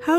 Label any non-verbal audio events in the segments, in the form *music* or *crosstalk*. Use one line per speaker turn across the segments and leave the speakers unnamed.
how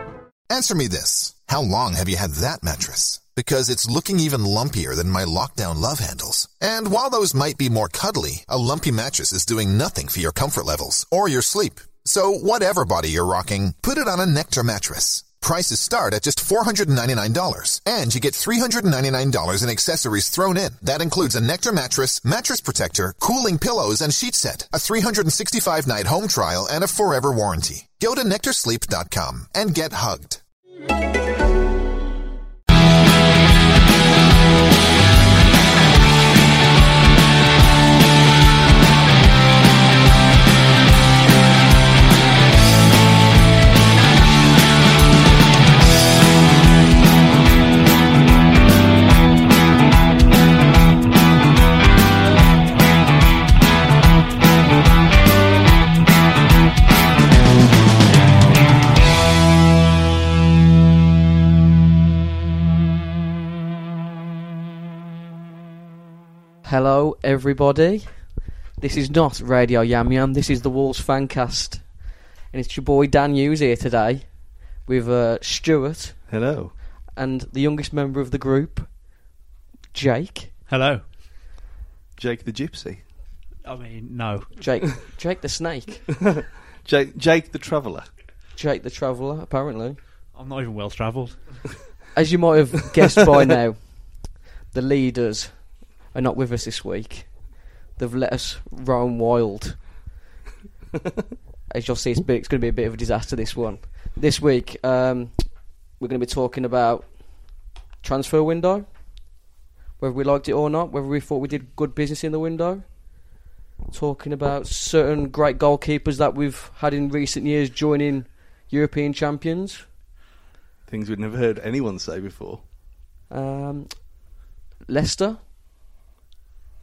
Answer me this. How long have you had that mattress? Because it's looking even lumpier than my lockdown love handles. And while those might be more cuddly, a lumpy mattress is doing nothing for your comfort levels or your sleep. So whatever body you're rocking, put it on a Nectar mattress. Prices start at just $499 and you get $399 in accessories thrown in. That includes a Nectar mattress, mattress protector, cooling pillows and sheet set, a 365 night home trial and a forever warranty. Go to nectarsleep.com and get hugged.
Hello, everybody. This is not Radio Yam Yam. This is the Wolves Fancast, and it's your boy Dan Hughes here today with uh, Stuart
Hello.
and the youngest member of the group, Jake.
Hello.
Jake the Gypsy.
I mean, no.
Jake, Jake the Snake,
Jake, Jake the Traveller.
Jake the Traveller. Apparently,
I'm not even well travelled.
as you might have guessed by now, the leaders are not with us this week. They've let us roam wild. As you'll see, it's, big, it's going to be a bit of a disaster this one. This week, um, we're going to be talking about transfer window, whether we liked it or not, whether we thought we did good business in the window. Talking about certain great goalkeepers that we've had in recent years joining European champions.
Things we'd never heard anyone say before.
Um, Leicester.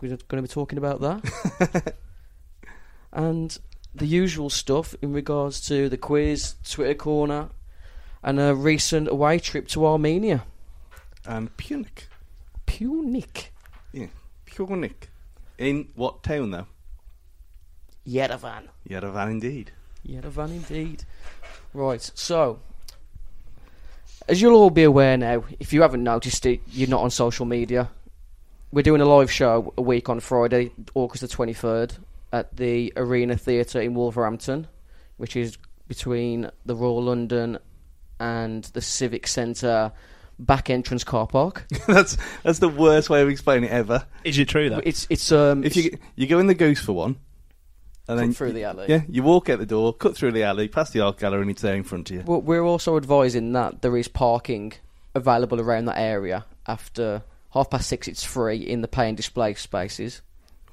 We're going to be talking about that. and the usual stuff in regards to the quiz, Twitter corner, and a recent away trip to Armenia.
And Punic.
Punic.
Yeah. Punic. In what town, though?
Yerevan.
Yerevan, indeed. *laughs*
Yerevan indeed. Right, so. As you'll all be aware now, if you haven't noticed it, you're not on social media. We're doing a live show a week on Friday, August the 23rd, at the Arena Theatre in Wolverhampton, which is between the Royal London and the Civic Centre back entrance car park.
*laughs* that's that's the worst way of explaining it ever.
Is it true, though?
it's it's um
If you you go in the goose for one, and then
through the alley.
Yeah, you walk out the door, cut through the alley, past the art gallery, and it's there in front of you.
Well, we're also advising that there is parking available around that area after half past six. It's free in the pay and display spaces.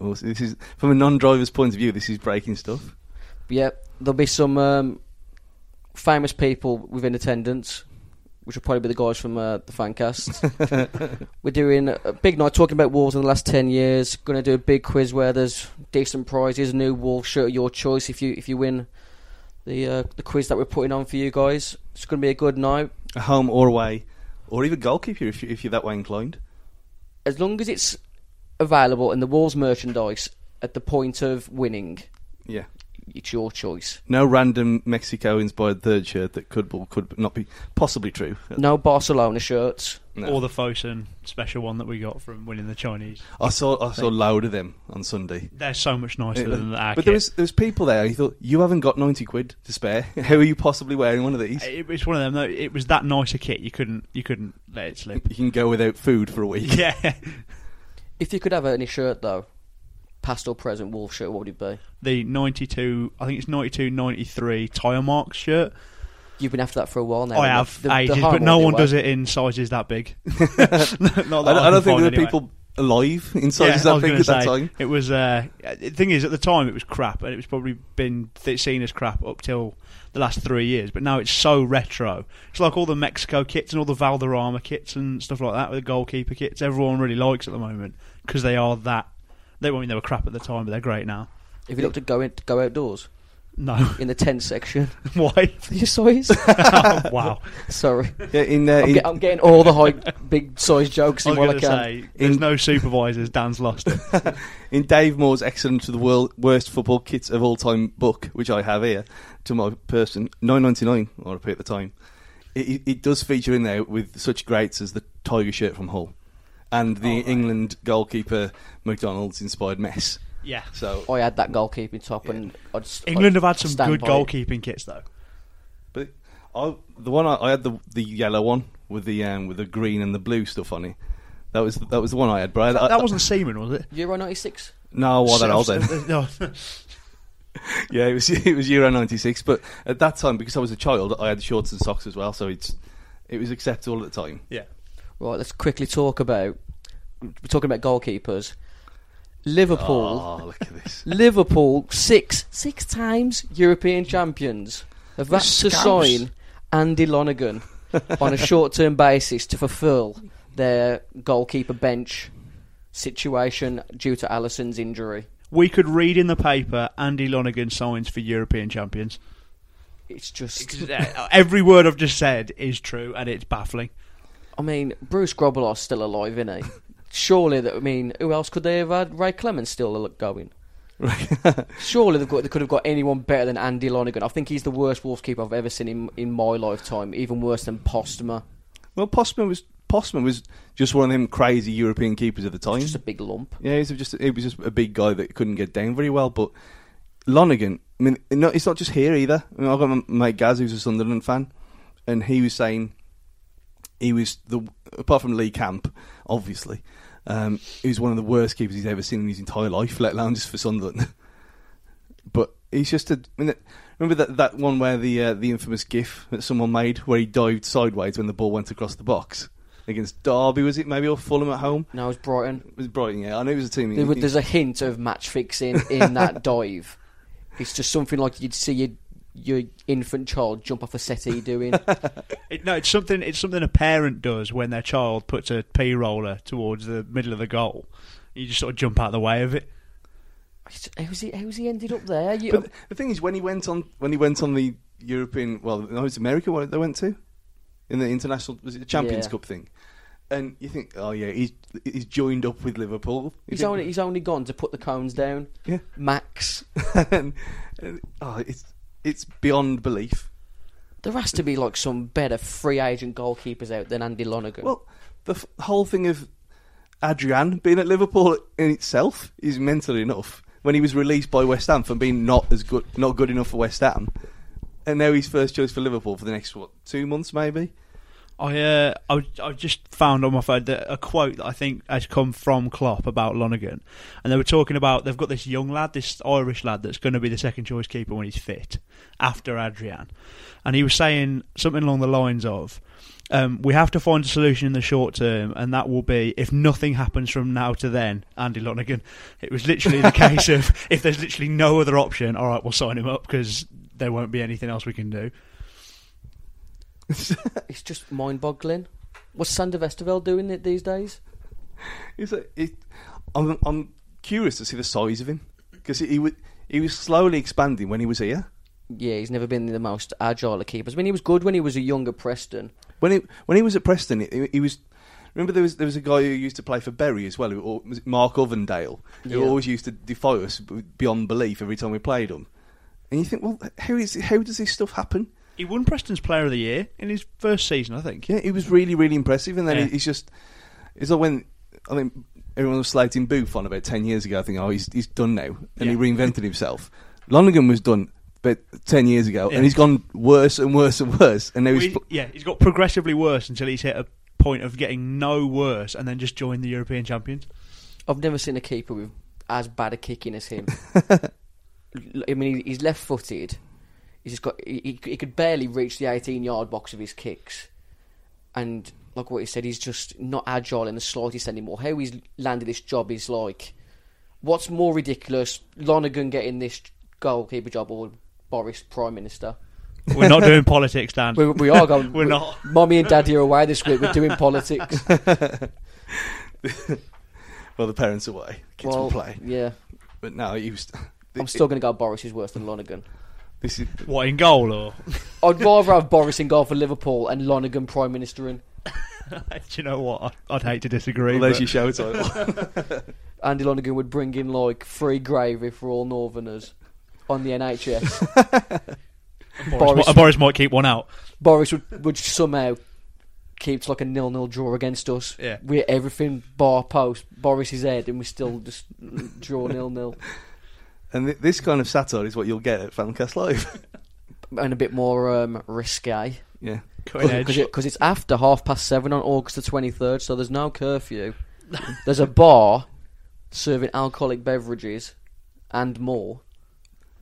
Oh, so this is from a non-driver's point of view. This is breaking stuff.
Yep, there'll be some um, famous people within attendance, which will probably be the guys from uh, the fancast. We're doing a big night talking about Wolves in the last ten years. Going to do a big quiz where there's decent prizes, new Wolves shirt of your choice if you if you win the uh, the quiz that we're putting on for you guys. It's going to be a good night.
A home or away, or even goalkeeper if you, if you're that way inclined.
as long as it's available in the Wolves merchandise at the point of winning,
Yeah,
it's your choice.
No random Mexico inspired third shirt that could or could not be possibly true.
No Barcelona shirts.
No.
Or the Fosun special one that we got from winning the Chinese.
I saw I saw a load of them on Sunday.
They're so much nicer than our
but
kit.
there was there was people there. You thought you haven't got ninety quid to spare. *laughs* How are you possibly wearing one of these?
It, it's one of them. Though, it was that nice a kit. You couldn't. You couldn't let it
*laughs*
slip.
You can go without food for a week.
yeah.
If you could have any shirt though, past or present Wolf shirt, what would it be?
The 92, I think it's 92, 93 tire marks shirt.
You've been after that for a while now.
I
haven't
have
you? The- the
ages,
harm
but no
won't
one
be
does
away.
it in sizes that big. *laughs* Not that
I, don't- I don't think
can find
there were
anyway.
people alive in
Yeah,
sizes
I
that
was
big
gonna
at that
say,
time.
It was. Uh, the thing is, at the time, it was crap, and it was probably been th- seen as crap up till the last three years. But now it's so retro. It's like all the Mexico kits and all the Valderrama kits and stuff like that, with the goalkeeper kits. Everyone really likes at the moment because they are that. They I mean they were crap at the time, but they're great now.
If you look to go in, go outdoors
No,
in the tent section,
*laughs*
*laughs*
why? *laughs*
your size.
wow.
Sorry,
Yeah, in, uh,
I'm,
in,
get, I'm getting all the high big size jokes
*laughs* I
in
was
while
going
I
to
can.
say, there's
um, In-
no supervisors. Dan's
*laughs*
lost it.
in Dave Moore's Excellent to the World Worst Football Kits of All Time book, which I have here to my person, nine ninety nine. I repeat at the time, it, it, it does feature in there with such greats as the Tiger shirt from Hull, and
Oh,
the England goalkeeper McDonald's inspired mess.
Yeah.
So,
I had that goalkeeping top, and I'd, s-
England
I'd
have had some
stand
good
by it.
goalkeeping kits though.
but I, the one I, I had the the yellow one with the um, with the green and the blue stuff on it. That was that was the one I had, but I,
That wasn't Seaman, was it?
Euro '96.
no, what that old then.
*laughs* No.
Yeah, it was *laughs* it was Euro '96, but at that time, because I was a child, I had shorts and socks as well, so it's it was acceptable at the time.
yeah.
Right, let's quickly talk about. We're talking about goalkeepers. Liverpool.
Oh, look at this! *laughs*
Liverpool six six times European champions have had to
scabs.
sign Andy
*laughs*
Lonergan on a short term basis to fulfil their goalkeeper bench situation due to Allison's injury.
We could read in the paper Andy Lonergan signs for European champions.
It's just,
Every word I've just said is true, and it's baffling.
I mean, Bruce Grobbelaar's still alive, isn't he? Surely that I mean, who else could they have had? Ray Clemens still al- going. Surely they've got, they could have got anyone better than Andy Lonergan. I think he's the worst Wolves keeper I've ever seen in in my lifetime, even worse than Postma.
*laughs* well, Postman was Postman was just one of them crazy European keepers at the time.
Just a big lump.
yeah, he was just it was just a big guy that couldn't get down very well. But Lonergan, I mean, no, it's not just here either. I mean, I've got my mate Gaz who's a Sunderland fan, and he was saying he was the apart from Lee Camp, obviously, um, he was one of the worst keepers he's ever seen in his entire life, let alone just for Sunderland. *laughs* but he's just a. I mean, remember that that one where the uh, the infamous GIF that someone made where he dived sideways when the ball went across the box against Derby, was it maybe or Fulham at home?
Now it's Brighton.
It was Brighton, yeah. I know it was a team.
There, was- there's a hint of match fixing in
*laughs*
that dive. It's just something like you'd see your, your infant child jump off a settee doing.
*laughs*
It, no, it's something. It's something a parent does when their child puts a p roller towards the middle of the goal. You just sort of jump out of the way of it.
It's- how's he? How's he ended up there? You,
But the thing is, when he went on, when he went on the European, well, no, it was America. What they went to in the international, was it the Champions
Yeah.
Cup thing? And you think, oh yeah, he's he's joined up with Liverpool. You
he's
think-
only he's only gone to put the cones down.
Yeah.
Max,
*laughs* and, and, oh, it's it's beyond belief.
there has to be like some better free agent goalkeepers out than Andy Lonergan.
Well, the f- whole thing of Adrian being at Liverpool in itself is mental enough. When he was released by West Ham for being not as good, not good enough for West Ham, and now he's first choice for Liverpool for the next what two months maybe.
I, uh, I I just found on my phone that a quote that I think has come from Klopp about Lonergan, and they were talking about they've got this young lad, this Irish lad that's going to be the second choice keeper when he's fit, after Adrian, and he was saying something along the lines of, um, "We have to find a solution in the short term, and that will be if nothing happens from now to then, Andy Lonergan." It was literally the case of if there's literally no other option, all right, we'll sign him up because there won't be anything else we can do.
it's just mind-boggling. What's Sander Vesterveld doing it these days?
It's like, it, I'm, I'm curious to see the size of him because he, he was he was slowly expanding when he was here.
Yeah, he's never been the most agile of keepers. I mean, he was good when he was a younger Preston.
When he when he was at Preston, he, he was. Remember there was there was a guy who used to play for Bury as well, who or was it Mark Ovendale, who
Yeah.
always used to defy us b- beyond belief every time we played him. And you think, well, how is how does this stuff happen?
He won Preston's Player of the Year in his first season, I think.
Yeah, it was really, really impressive. And then
Yeah.
it- it's just, it's like when I think everyone was slating Booth on about ten years ago. I think, oh, he's he's done now, and he
Yeah.
reinvented himself. Lonergan was done about ten years ago,
Yeah.
and he's gone worse and worse and worse. And now
Well,
he's
he- yeah, he's got progressively worse until he's hit a point of getting no worse and then just joined the European champions.
I've never seen a keeper with as bad a kicking as him. L- I mean, he's left-footed. He's just got. He, he he could barely reach the eighteen-yard box of his kicks, and like what he said, he's just not agile in the slightest anymore. How he's landed this job is like, what's more ridiculous, Lonergan getting this goalkeeper job or Boris Prime Minister?
We're
*laughs*
not doing politics, Dan.
We, we are going.
*laughs* We're not.
Mommy and Daddy are away this week. We're doing
*laughs*
politics.
well, the parents away, kids
well,
will play.
Yeah,
But no, he was.
I'm still going to go. Boris is worse than Lonergan.
This is
What in goal or *laughs*
I'd rather have Boris in goal for Liverpool and Lonergan prime minister in.
do you know what? I'd, I'd hate to disagree.
well, there's
but-
your show title.
Andy Lonergan would bring in like free gravy for all Northerners on the
*laughs*
NHS.
Boris,
Boris-
Boris might keep one out.
Boris would, would somehow keep like a nil-nil draw against us.
Yeah.
We're everything bar post Boris's head, and we still just draw nil-nil
*laughs*
and th- this kind of satire is what you'll get at Fancast Live. *laughs*
and a bit more um, risque.
yeah,
Cutting edge.
Because it's after half past seven on August the 23rd, so there's no curfew. there's a bar serving alcoholic beverages and more.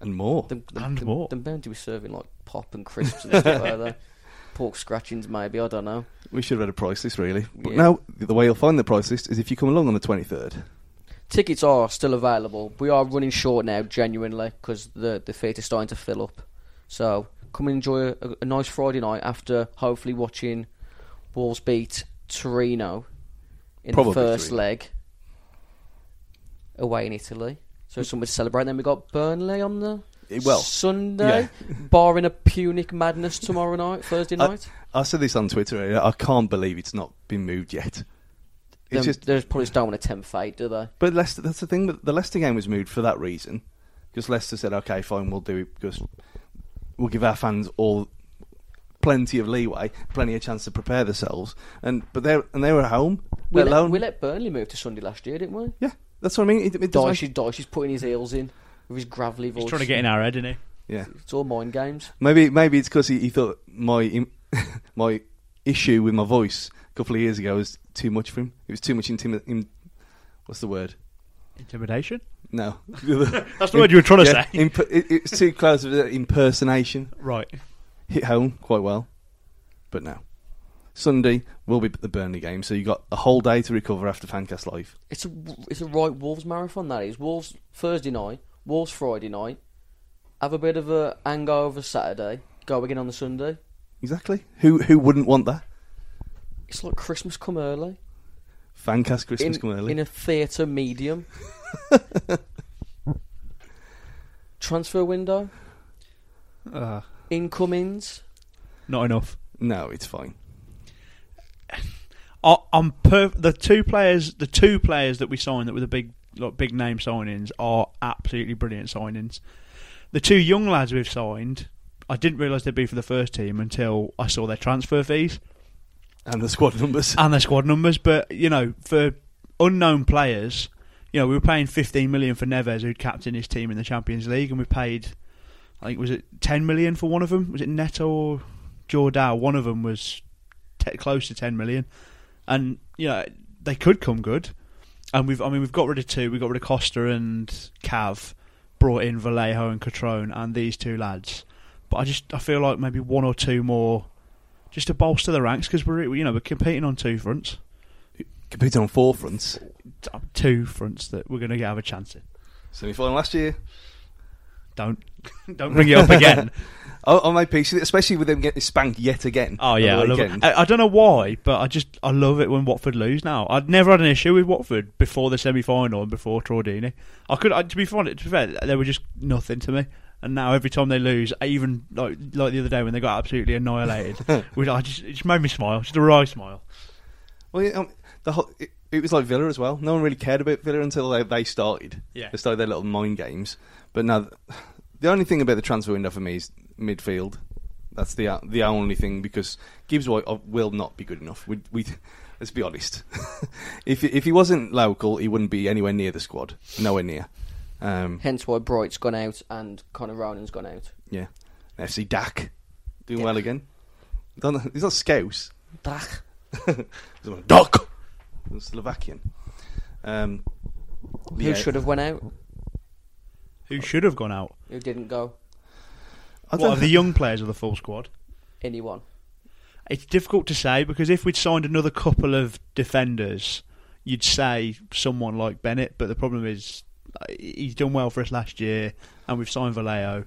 and more.
Them, them,
And
them,
more.
Them bound to be serving like pop and crisps and stuff like
*laughs*
that. Pork scratchings, maybe. I don't know.
We should have had a price list, really. But
Yeah.
now, the way you'll find the price list is if you come along on the 23rd.
Tickets are still available. We are running short now, genuinely, because the the theatre's starting to fill up. So come and enjoy a, a nice Friday night after hopefully watching Wolves beat Torino in
Probably
the first
Torino.
leg away in Italy. So it's something to celebrate. Then we got Burnley on the
Eh, well,
Sunday, *laughs* barring a Punic madness tomorrow night, Thursday
I-
night.
I said this on Twitter earlier. I can't believe it's not been moved yet.
Them,
It's just,
they just probably just don't want to tempt fate, do they?
but Leicester, that's the thing. But the Leicester game was moved for that reason, because Leicester said, "Okay, fine, we'll do it because we'll give our fans all plenty of leeway, plenty of chance to prepare themselves." And but they and they were at home,
We
let
let,
alone.
we let Burnley move to Sunday last year, didn't we?
yeah, that's what I mean. It, it
Dyche,
doesn't-
Dyche is putting his heels in with his gravelly voice.
He's trying to get in our head, isn't he?
yeah,
It's all mind games.
Maybe maybe it's because he, he thought my im- *laughs* my issue with my voice a couple of years ago was too much for him. It was too much intimi- Im- What's the word?
Intimidation.
No,
*laughs* That's the word you were trying to
Yeah,
say.
imp- it, it's too close of an impersonation.
Right.
Hit home quite well, but no. Sunday will be the Burnley game, so you got a whole day to recover after Fancast Live.
It's a it's a right Wolves marathon that is. Wolves Thursday night, Wolves Friday night. Have a bit of a hangover Saturday. Go again on the Sunday.
Exactly. Who who wouldn't want that?
It's like Christmas come early.
Fancast Christmas
in,
come early.
in a theatre medium. Transfer window incomings.
Not enough.
no, it's fine.
I, I'm per- the two players. The two players that we signed that were the big, like, big name signings are absolutely brilliant signings. The two young lads we've signed, I didn't realise they'd be for the first team until I saw their transfer fees
And the squad numbers.
and their squad numbers. But you know, for unknown players, you know, we were paying 15 million for Neves, who'd captained his team in the Champions League, and we paid, I think, was it 10 million for one of them? Was it Neto or Jordao? One of them was te- close to 10 million, and you know, they could come good. And we've, I mean, we've got rid of two. We got rid of Costa and Cav, brought in Vallejo and Catrone, and these two lads. But I just, I feel like maybe one or two more, just to bolster the ranks because we're, you know, we're competing on two fronts,
Competing on four fronts.
two fronts that we're going to have a chance in.
Semi final last year,
Don't, *laughs* don't bring it up again.
Oh, on my piece, especially with them getting spanked yet again.
*laughs* Oh yeah,
on
I
the
love it.
weekend.
I, I don't know why, but I just I love it when Watford lose. Now I'd never had an issue with Watford before the semi final and before Tordini. I could, I, to be fair, to be fair, they were just nothing to me. And now every time they lose, I even like like the other day when they got absolutely *laughs* annihilated, which I just it just made me smile, just a wry smile.
Well, yeah, um, the whole, it, it was like Villa as well. No one really cared about Villa until they, they started.
Yeah.
They started their little mind games. But now th- The only thing about the transfer window for me is midfield. That's the uh, the only thing because Gibbs White uh, will not be good enough. We, we let's be honest. *laughs* if if he wasn't local, he wouldn't be anywhere near the squad. Nowhere near. Um,
Hence why Bright's gone out and Connor Ronan's gone out.
yeah. FC Dak doing well again. Don't, he's not Scouse.
Dak.
He's not Dak. He's Slovakian. Um,
Who
yeah.
should have went out?
Who should have gone out?
Who didn't go?
I
What
don't
of the young players of the full squad?
Anyone?
It's difficult to say because if we'd signed another couple of defenders, you'd say someone like Bennett. But the problem is uh, he's done well for us last year, and we've signed Vallejo.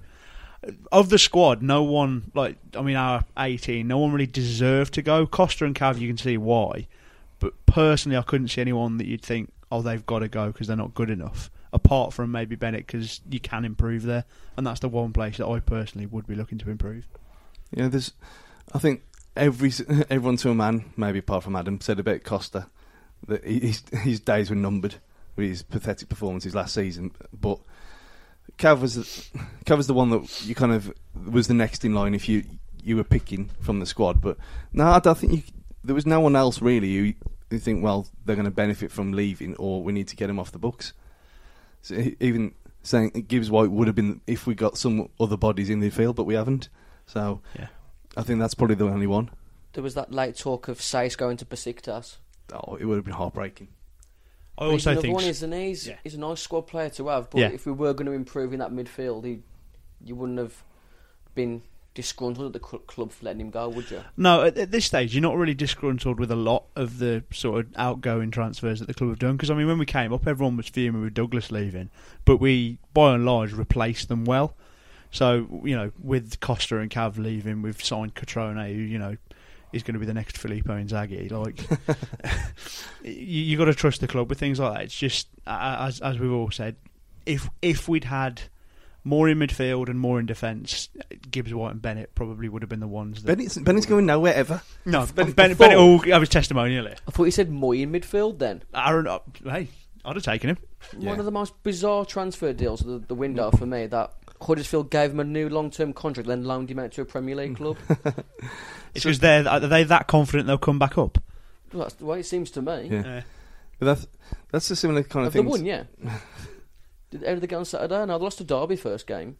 Of the squad, no one like I mean our eighteen, no one really deserved to go. Costa and Cav, you can see why, but personally, I couldn't see anyone that you'd think, oh, they've got to go because they're not good enough. Apart from maybe Bennett, because you can improve there, and that's the one place that I personally would be looking to improve.
You know, there's, I think every *laughs* everyone to a man, maybe apart from Adam, said about Costa that he- his his days were numbered with his pathetic performances last season. But Cav was the- Cav was the one that you kind of was the next in line if you you were picking from the squad. But no, I don't think you, there was no one else really who you think well they're going to benefit from leaving or we need to get him off the books. So e- even saying Gibbs White would have been if we got some other bodies in the field, but we haven't. So
Yeah.
I think that's probably the only one.
There was that late talk of Sais going to Besiktas.
Oh, it would have been heartbreaking.
I
But he's
also
another
think
one, isn't he? He's,
Yeah.
he's a nice squad player to have. But
Yeah.
if we were going to improve in that midfield, he, you wouldn't have been disgruntled at the cl- club for letting him go, would you?
No, at, at this stage, you're not really disgruntled with a lot of the sort of outgoing transfers that the club have done. Because I mean, when we came up, everyone was fuming with Douglas leaving, but we, by and large, replaced them well. So you know, with Costa and Cav leaving, we've signed Catrone, who you know is going to be the next Filippo Inzaghi. Like, you, you got to trust the club with things like that. It's just a- a- as as we've all said, if if we'd had. More in midfield and more in defence. Gibbs, White, and Bennett probably would have been the ones that
Bennett's, Bennett's going nowhere ever.
no, Ben,
been
ben,
before.
Bennett
oh.
will have his testimonial here.
I thought you said Moy in midfield then.
Aaron, uh, hey, I'd have taken him.
One
Yeah.
of the most bizarre transfer deals of the, the window
Mm.
for me that Huddersfield gave him a new long term contract, then loaned him out to a Premier League
*laughs*
club.
It's because they're are they that confident they'll come back up.
Well, that's the way it seems to me.
Yeah. But that's that's a similar kind of
Have they
thing.
won?
*laughs*
Yeah. Did how did they get on Saturday? No, they lost to Derby first game.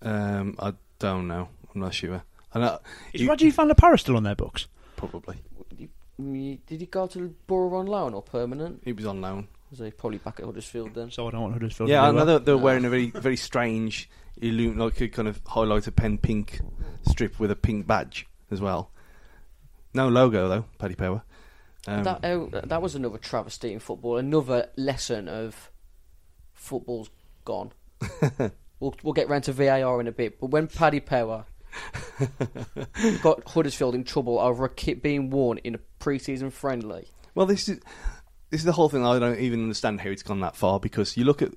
Um, I don't know. I'm not sure. I know,
Is
you-
Rajiv Van La Parra still on their books?
probably
Mm, Did he go to Borough on loan or permanent?
he was on loan.
Was he probably back at Huddersfield then?
So I don't want Huddersfield.
Yeah,
to
I
do
know
well.
they're, they're wearing a very very strange, illu- like a kind of highlighter pen pink strip with a pink badge as well. No logo though, Paddy Power. Um,
that uh, that was another travesty in football. Another lesson of football's
*laughs*
gone. we'll we'll get round to VAR in a bit. But when Paddy
*laughs*
Power got Huddersfield in trouble over a kit being worn in a pre-season friendly,
Well, this is this is the whole thing. I don't even understand how it's gone that far because you look at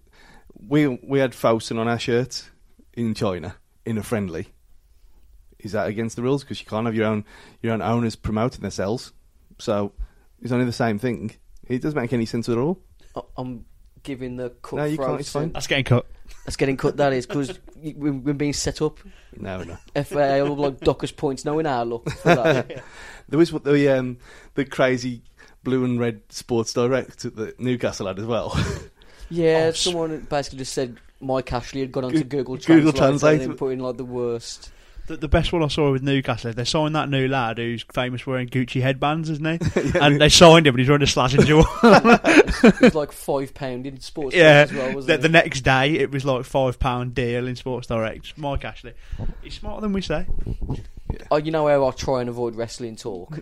we we had Fawson on our shirt in China in a friendly. Is that against the rules? Because you can't have your own your own owners promoting themselves. So it's only the same thing. It doesn't make any sense at all.
I- I'm giving the cut.
No, you can't,
throat
it's fine.
to-
That's getting cut.
That's getting cut. That is because we're, we're being set up.
No, no.
FAA all like Dockers points. No, in our look. For
*laughs*
that.
There was what the um, the crazy blue and red sports director that Newcastle had as well. *laughs*
Yeah, someone basically just said Mike Ashley had gone onto
Goo-
Google Translate,
Google Translate.
and then put in like the worst.
The, the best one I saw with Newcastle, they signed that new lad who's famous wearing Gucci headbands, isn't
*laughs*
he? and they signed him, and he's wearing a slashing jewel.
It was like five pound in sports
yeah.
as well,
the,
wasn't
the
it?
next day, it was like five pound deal in Sports Direct. Mike Ashley, he's smarter than we say.
oh, you know how I try and avoid wrestling talk.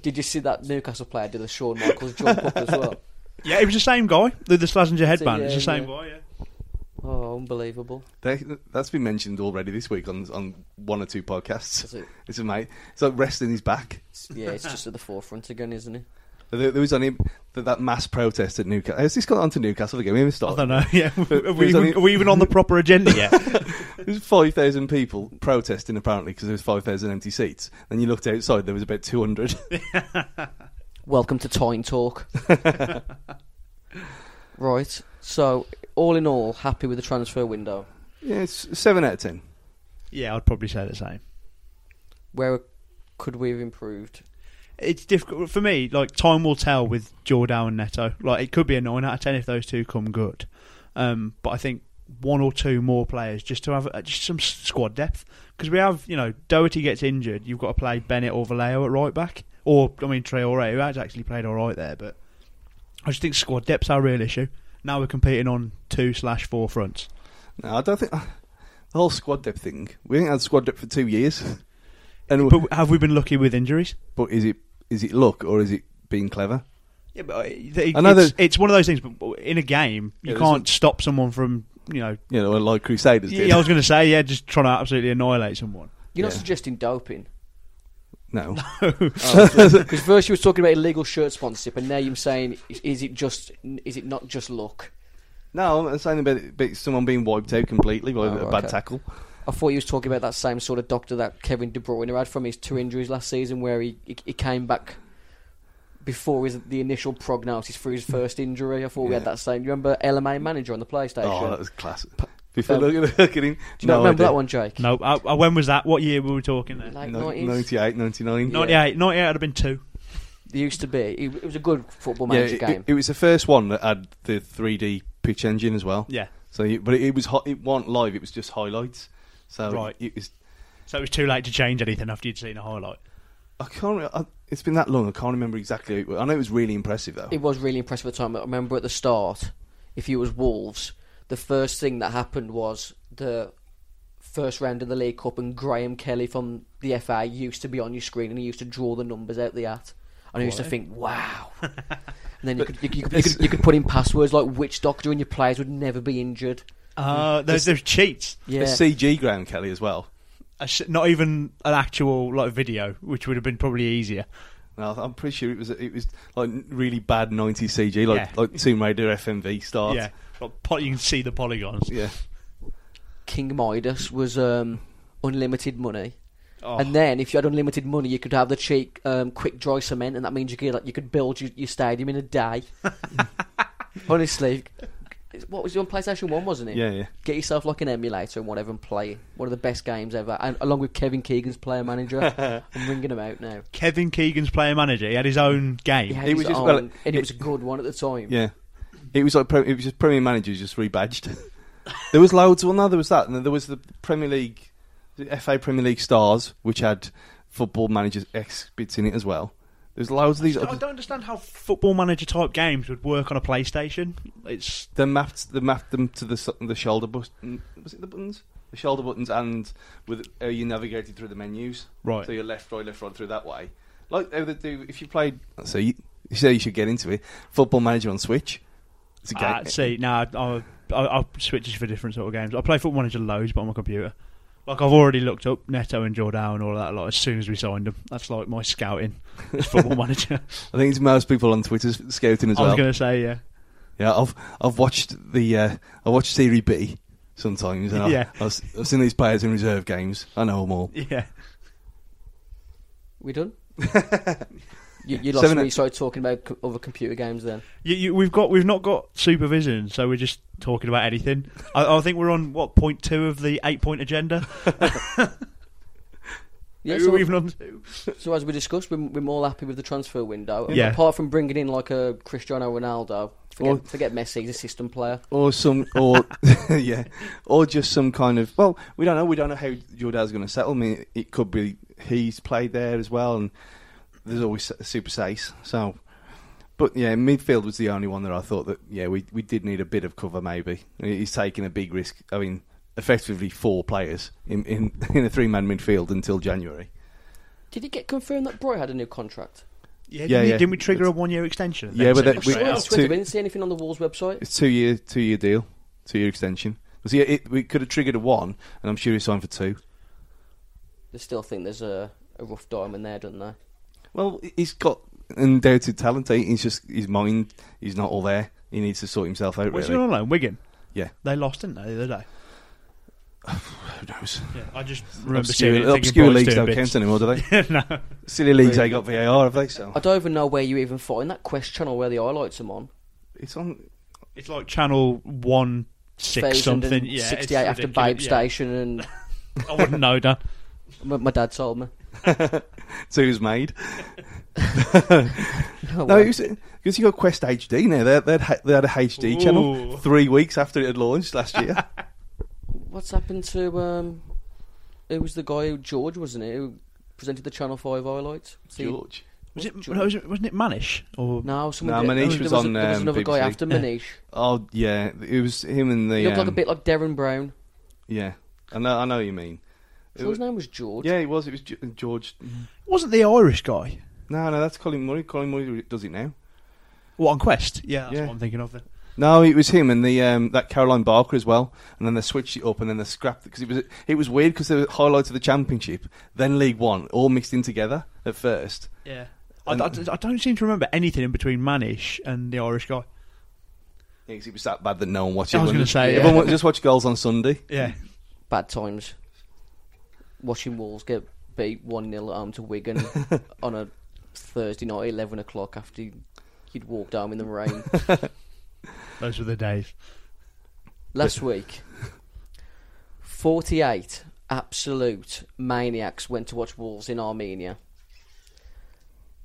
Did you see that Newcastle player did a Shawn Michaels jump up as well?
Yeah, it was the same guy. The, the Slazenger headband.
yeah,
it's the same
yeah.
guy. Yeah.
Oh, unbelievable!
They, that's been mentioned already this week on on one or two podcasts.
Is it?
It's amazing. It's like resting his back.
It's- yeah, it's just at the forefront again, isn't it?
There, there was only that, that mass protest at Newcastle. Has this got onto Newcastle again? We haven't
I
started.
don't know. *laughs* Yeah, are
There's
we, even,
only-
are we even on the proper agenda yet?
There's five thousand people protesting apparently because there was five thousand empty seats. Then you looked outside, there was about two
*laughs*
hundred.
Welcome to Time Talk. right. So, all in all, happy with the transfer window.
Yeah, it's seven out of ten.
Yeah, I'd probably say the same.
Where could we have improved?
It's difficult for me. Like time will tell with Jordao and Neto. Like it could be a nine out of ten if those two come good. Um, but I think one or two more players just to have uh, just some squad depth because we have you know Doherty gets injured. You've got to play Bennett or Vallejo at right back, or I mean Traore who has actually played all right there. But I just think squad depth's our real issue. Now we're competing on two slash four fronts.
No, I don't think *sighs* the whole squad depth thing. We haven't had squad depth for two years, *laughs* and but,
But have we been lucky with injuries?
but is it is it luck or is it being clever?
Yeah, but it,
I know
it's,
that-
it's one of those things. But in a game, you
Yeah, there's
can't stop someone from you know.
You know, like Crusaders did.
Yeah, I was going to say yeah, just trying to absolutely annihilate someone.
You're not
Yeah.
suggesting doping.
no, *laughs* Oh,
*laughs*
Because first you were talking about illegal shirt sponsorship, and now you're saying, is- is it just, is it not just luck?
no, I'm saying about, about someone being wiped out completely by
Oh,
a bad
okay.
tackle.
I thought you was talking about that same sort of doctor that Kevin De Bruyne had from his two injuries last season, where he, he, he came back before his the initial prognosis for his first injury. I thought we had
Yeah.
that same. You remember LMA manager on the PlayStation?
Oh, that was classic. Before
um,
look, at- *laughs* look at him,
Do you not
no
remember
idea.
that one, Jake?
No, I, I- uh, when was that? What year were we talking there?
Like
No,
90s?
98, 99.
Yeah.
98, 98 would have been two.
There used to be. It, it was a good football
Yeah,
manager
it,
game.
it was the first one that had the 3D pitch engine as well.
Yeah,
So, you, but it, it was hi- it wasn't live. It was just highlights. So
Right.
it was.
so it was too late to change anything after you'd seen a highlight.
I can't. re- I, it's been that long. I can't remember exactly. how it wa- I know it was really impressive though.
It was really impressive at the time. I remember at the start, if you was Wolves, the first thing that happened was the first round of the League Cup, and Graham Kelly from the FA used to be on your screen, and he used to draw the numbers out the hat, and I used to think, wow. and then you could, you, could, you, could, you, could, you could put in passwords like which doctor and your players would never be injured.
Uh, there's, there's cheats.
A
Yeah,
CG Graham Kelly as well.
A sh- Not even an actual like video, which would have been probably easier.
No, I'm pretty sure it was it was like really bad 90s CG, like
Yeah.
like Tomb Raider FMV start.
Yeah, Like, po- you can see the polygons.
yeah.
King Midas was um, unlimited money.
Oh.
And then, if you had unlimited money, you could have the cheap, um, quick dry cement, and that means you could like, you could build your, your stadium in a
*laughs*
day. Honestly, it's- what was it on PlayStation One, wasn't it?
Yeah, yeah.
Get yourself like an emulator and whatever, and play one of the best games ever. And along with Kevin Keegan's player
*laughs*
manager, I'm ringing him out now.
Kevin Keegan's player manager, he had his own game.
He had his
It was just-
own,
well,
and it,
it-
was a good one at the time.
Yeah. It was like pre- it was just Premier managers just rebadged. *laughs* there was loads. Well, no, there was that, and then there was the Premier League, the FA Premier League stars, which had football managers X bits in it as well. There's loads of these.
I don't understand how football manager type games would work on a PlayStation. It's
They mapped they mapped them to the so- the shoulder button. Was it the buttons? The shoulder buttons and with how you navigated through the menus.
Right.
So you're left, right, left, right through that way. Like how they do if you played. So you, you say you should get into it. Football Manager on Switch. It's a
Ah, see, now I, I, I switch this for different sort of games. I play Football Manager loads, but on my computer. Like I've already looked up Neto and Jordao and all that. Like as soon as we signed them, that's like my scouting.
*laughs*
It's Football Manager.
I think it's most people on Twitter scouting as
I was
well.
going to say yeah.
Yeah, I've I've watched the uh, I watch Serie B sometimes. And
*laughs* Yeah.
I, I've, I've seen these players in reserve games. I know them all.
Yeah,
We
*laughs*
done? you, you lost
Seven-
me. You started talking about co- other computer games then.
you, you, we've got we've not got supervision, so we're just talking
*laughs*
about anything. I, I think we're on what point two of the eight point agenda.
Yeah,
Who
so-
are we even on to?
So as we discussed, we're, we're more happy with the transfer window.
Yeah.
Apart from bringing in like a Cristiano Ronaldo, forget,
Or-
forget Messi, he's a system player.
or some or *laughs* yeah or just some kind of well we don't know we don't know how Jordan's going to settle I mean it could be he's played there as well and there's always a super sace so but yeah midfield was the only one that I thought that yeah we we did need a bit of cover maybe he's taking a big risk I mean effectively four players in in, *laughs* in a three man midfield until January
Did it get confirmed that Broy had a new contract?
Yeah,
Yeah,
didn't, we-
yeah.
didn't we trigger a one year extension?
Yeah, but
Then
that-
say
we-
Sorry,
straight
on
out?
it's
Twitter,
too-
we didn't see anything on the Wolves website.
it's two year two year deal two year extension so yeah it, we could have triggered a one and I'm sure he signed for two
They still think there's a, a rough diamond there, don't they?
Well, he's got undoubted talent. eh? He's just his mind. He's not all there. He needs to sort himself out.
Where's he
really.
on loan? Wigan.
Yeah.
They lost, didn't they, the other day?
Who knows?
Yeah, I just
Obscure, obscure leagues don't count anymore, do they?
*laughs* no.
Silly leagues ain't got VAR, have they? So
I don't even know where you even find that Quest channel where the highlights are on.
it's on.
It's like channel one six something. Yeah, it's
68 after
ridiculous.
Babe
Yeah.
Station,
*laughs*
and
I wouldn't know,
*laughs*
Dan.
my, my dad told me.
So it was made.
Oh,
No,
well.
because you got Quest HD now. They, they, had, they had a HD
Ooh.
channel three weeks after it had launched last
*laughs*
*laughs*
year.
What's happened to um? It was the guy who George wasn't it who presented the Channel Five highlights. See-
George.
Was it,
George.
no, was it? Wasn't it Manish? Or
No,
No,
someone. did-
Manish
there
was
a-
on,
There was
um,
another guy
BBC.
after Manish.
Oh yeah, it was him and the.
He looked like a
um,
bit like Darren Brown.
Yeah, I know. I know what you mean.
So his name was George.
Yeah, it was. It was Ge- George.
wasn't the Irish guy?
No, no, that's Colin Murray. Colin Murray does it now.
What on Quest? Yeah, that's
Yeah.
what I'm thinking of. Then.
No, it was him and the um, that Caroline Barker as well. And then they switched it up, and then they scrapped it because it was it was weird because they were highlights of the Championship, then League One, all mixed in together at first.
Yeah, I, I- I don't seem to remember anything in between Manish and the Irish guy.
Yeah, 'cause it was that bad that no one watched it.
I was
wasn't
gonna
it?
say, yeah.
everyone wa- just watch goals on Sunday.
Yeah,
Bad times. Watching Wolves get beat one 0 at home to Wigan
*laughs*
on a Thursday night, eleven o'clock after you'd walked home in the
*laughs*
rain.
those were the days.
Last week, 48 absolute maniacs went to watch Wolves in Armenia.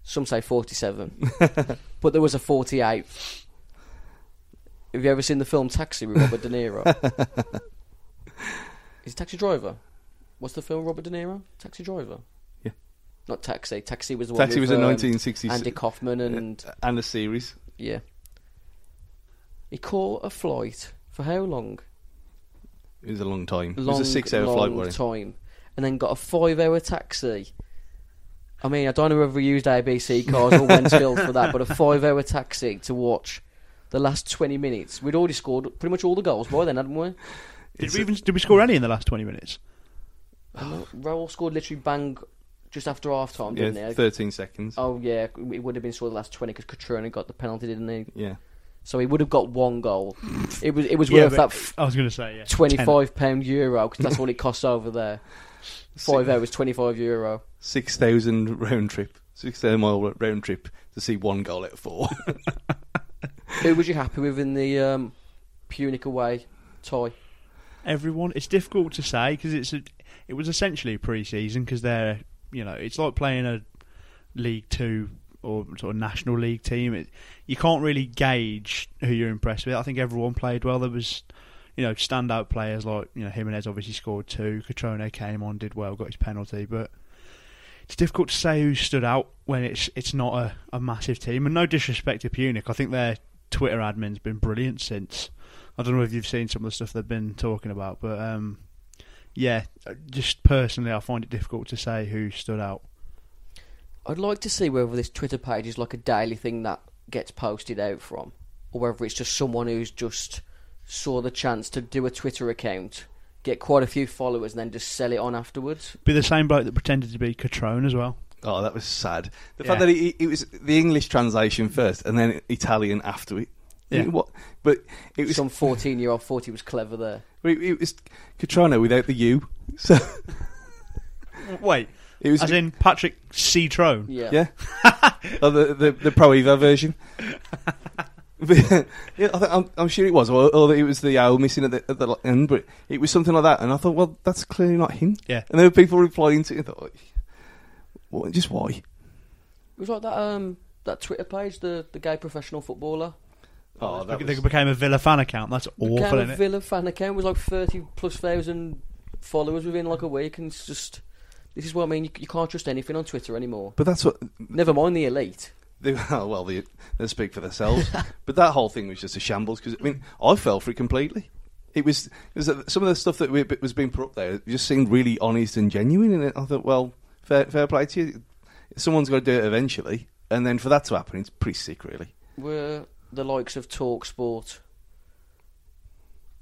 Some say
*laughs*
47, but there was a 48. Have you ever seen the film Taxi with Robert De
*laughs*
Niro? Is it Taxi Driver? What's the film Robert De Niro? Taxi Driver?
Yeah.
Not Taxi. Taxi was the one
Taxi
with,
was in
um,
1960s
Andy Kaufman and
and a series.
yeah. He caught a flight for how long?
It was a long time.
long,
it was a six-hour
long
flight. wasn't it?
time, and then got a five-hour taxi. I mean, I don't know whether we used ABC cars or Wensfield for that, but a five-hour taxi to watch the last twenty minutes. We'd already scored pretty much all the goals by then, hadn't we?
Did we even did we score any in the last twenty minutes?
*sighs*
And Raul scored literally bang just after half time, didn't
Yeah,
he?
13 seconds.
Oh yeah, it would have been sort of the last twenty because Katrina got the penalty, didn't he?
Yeah.
So he would have got one
*sighs*
goal. It was it was worth
but-
that f-
I was going to say yeah.
twenty-five pound euro because
*laughs*
that's what it costs over there. Five hours, twenty-five euro.
6,000 round trip, 6,000 mile round trip to see one goal at four. *laughs*
Who was you happy with in the um, Punic away tie?
everyone. It's difficult to say because it's a, it was essentially pre-season because they're you know it's like playing a League Two or sort of National League team. It, you can't really gauge who you're impressed with. I think everyone played well. There was you know standout players like you know Jimenez obviously scored two. Catrone came on, did well, got his penalty, but. It's difficult to say who stood out when it's it's not a, a massive team. And no disrespect to Punic, I think their Twitter admin's been brilliant since. I don't know if you've seen some of the stuff they've been talking about, but um, yeah, uh, just personally, I find it difficult to say who stood out.
I'd like to see whether this Twitter page is like a daily thing that gets posted out from, or whether it's just someone who's just saw the chance to do a Twitter account, get quite a few followers, and then just sell it on afterwards.
Be the same bloke that pretended to be Catrone as well.
oh, that was sad. The
Yeah.
fact that it, it was the English translation first and then Italian after it.
Yeah.
It wa- but it was
Some fourteen-year-old thought he was clever there.
it, it was Catrano without the U. So
*laughs* Wait,
it was
as in Patrick C. Trone.
Yeah.
*laughs* yeah, oh, the, the the Pro Evo
*laughs*
version. But, yeah, I think, I'm, I'm sure it was, or, or it was the owl missing at the, at the end, but it was something like that. And I thought, well, that's clearly not him.
Yeah.
And there were people replying to it. I thought, what, just why?
It was like that um that Twitter page, the the gay professional footballer.
Oh, that
They
was-
became a Villa fan account. That's awful,
Gareth
isn't it?
Villa fan account with like thirty plus thousand followers within like a week, and it's just this is what I mean. You, you can't trust anything on Twitter anymore.
but that's what
Never mind the elite.
They, oh, *laughs* well, they, they speak for
*laughs*
themselves. but that whole thing was just a shambles because I mean, I fell for it completely. It was, it was uh, some of the stuff that we, was being put up there just seemed really honest and genuine, and I thought, well, fair, fair play to you. Someone's got to do it eventually, and then for that to happen, it's pretty sick, really.
Were the likes of Talk Sport,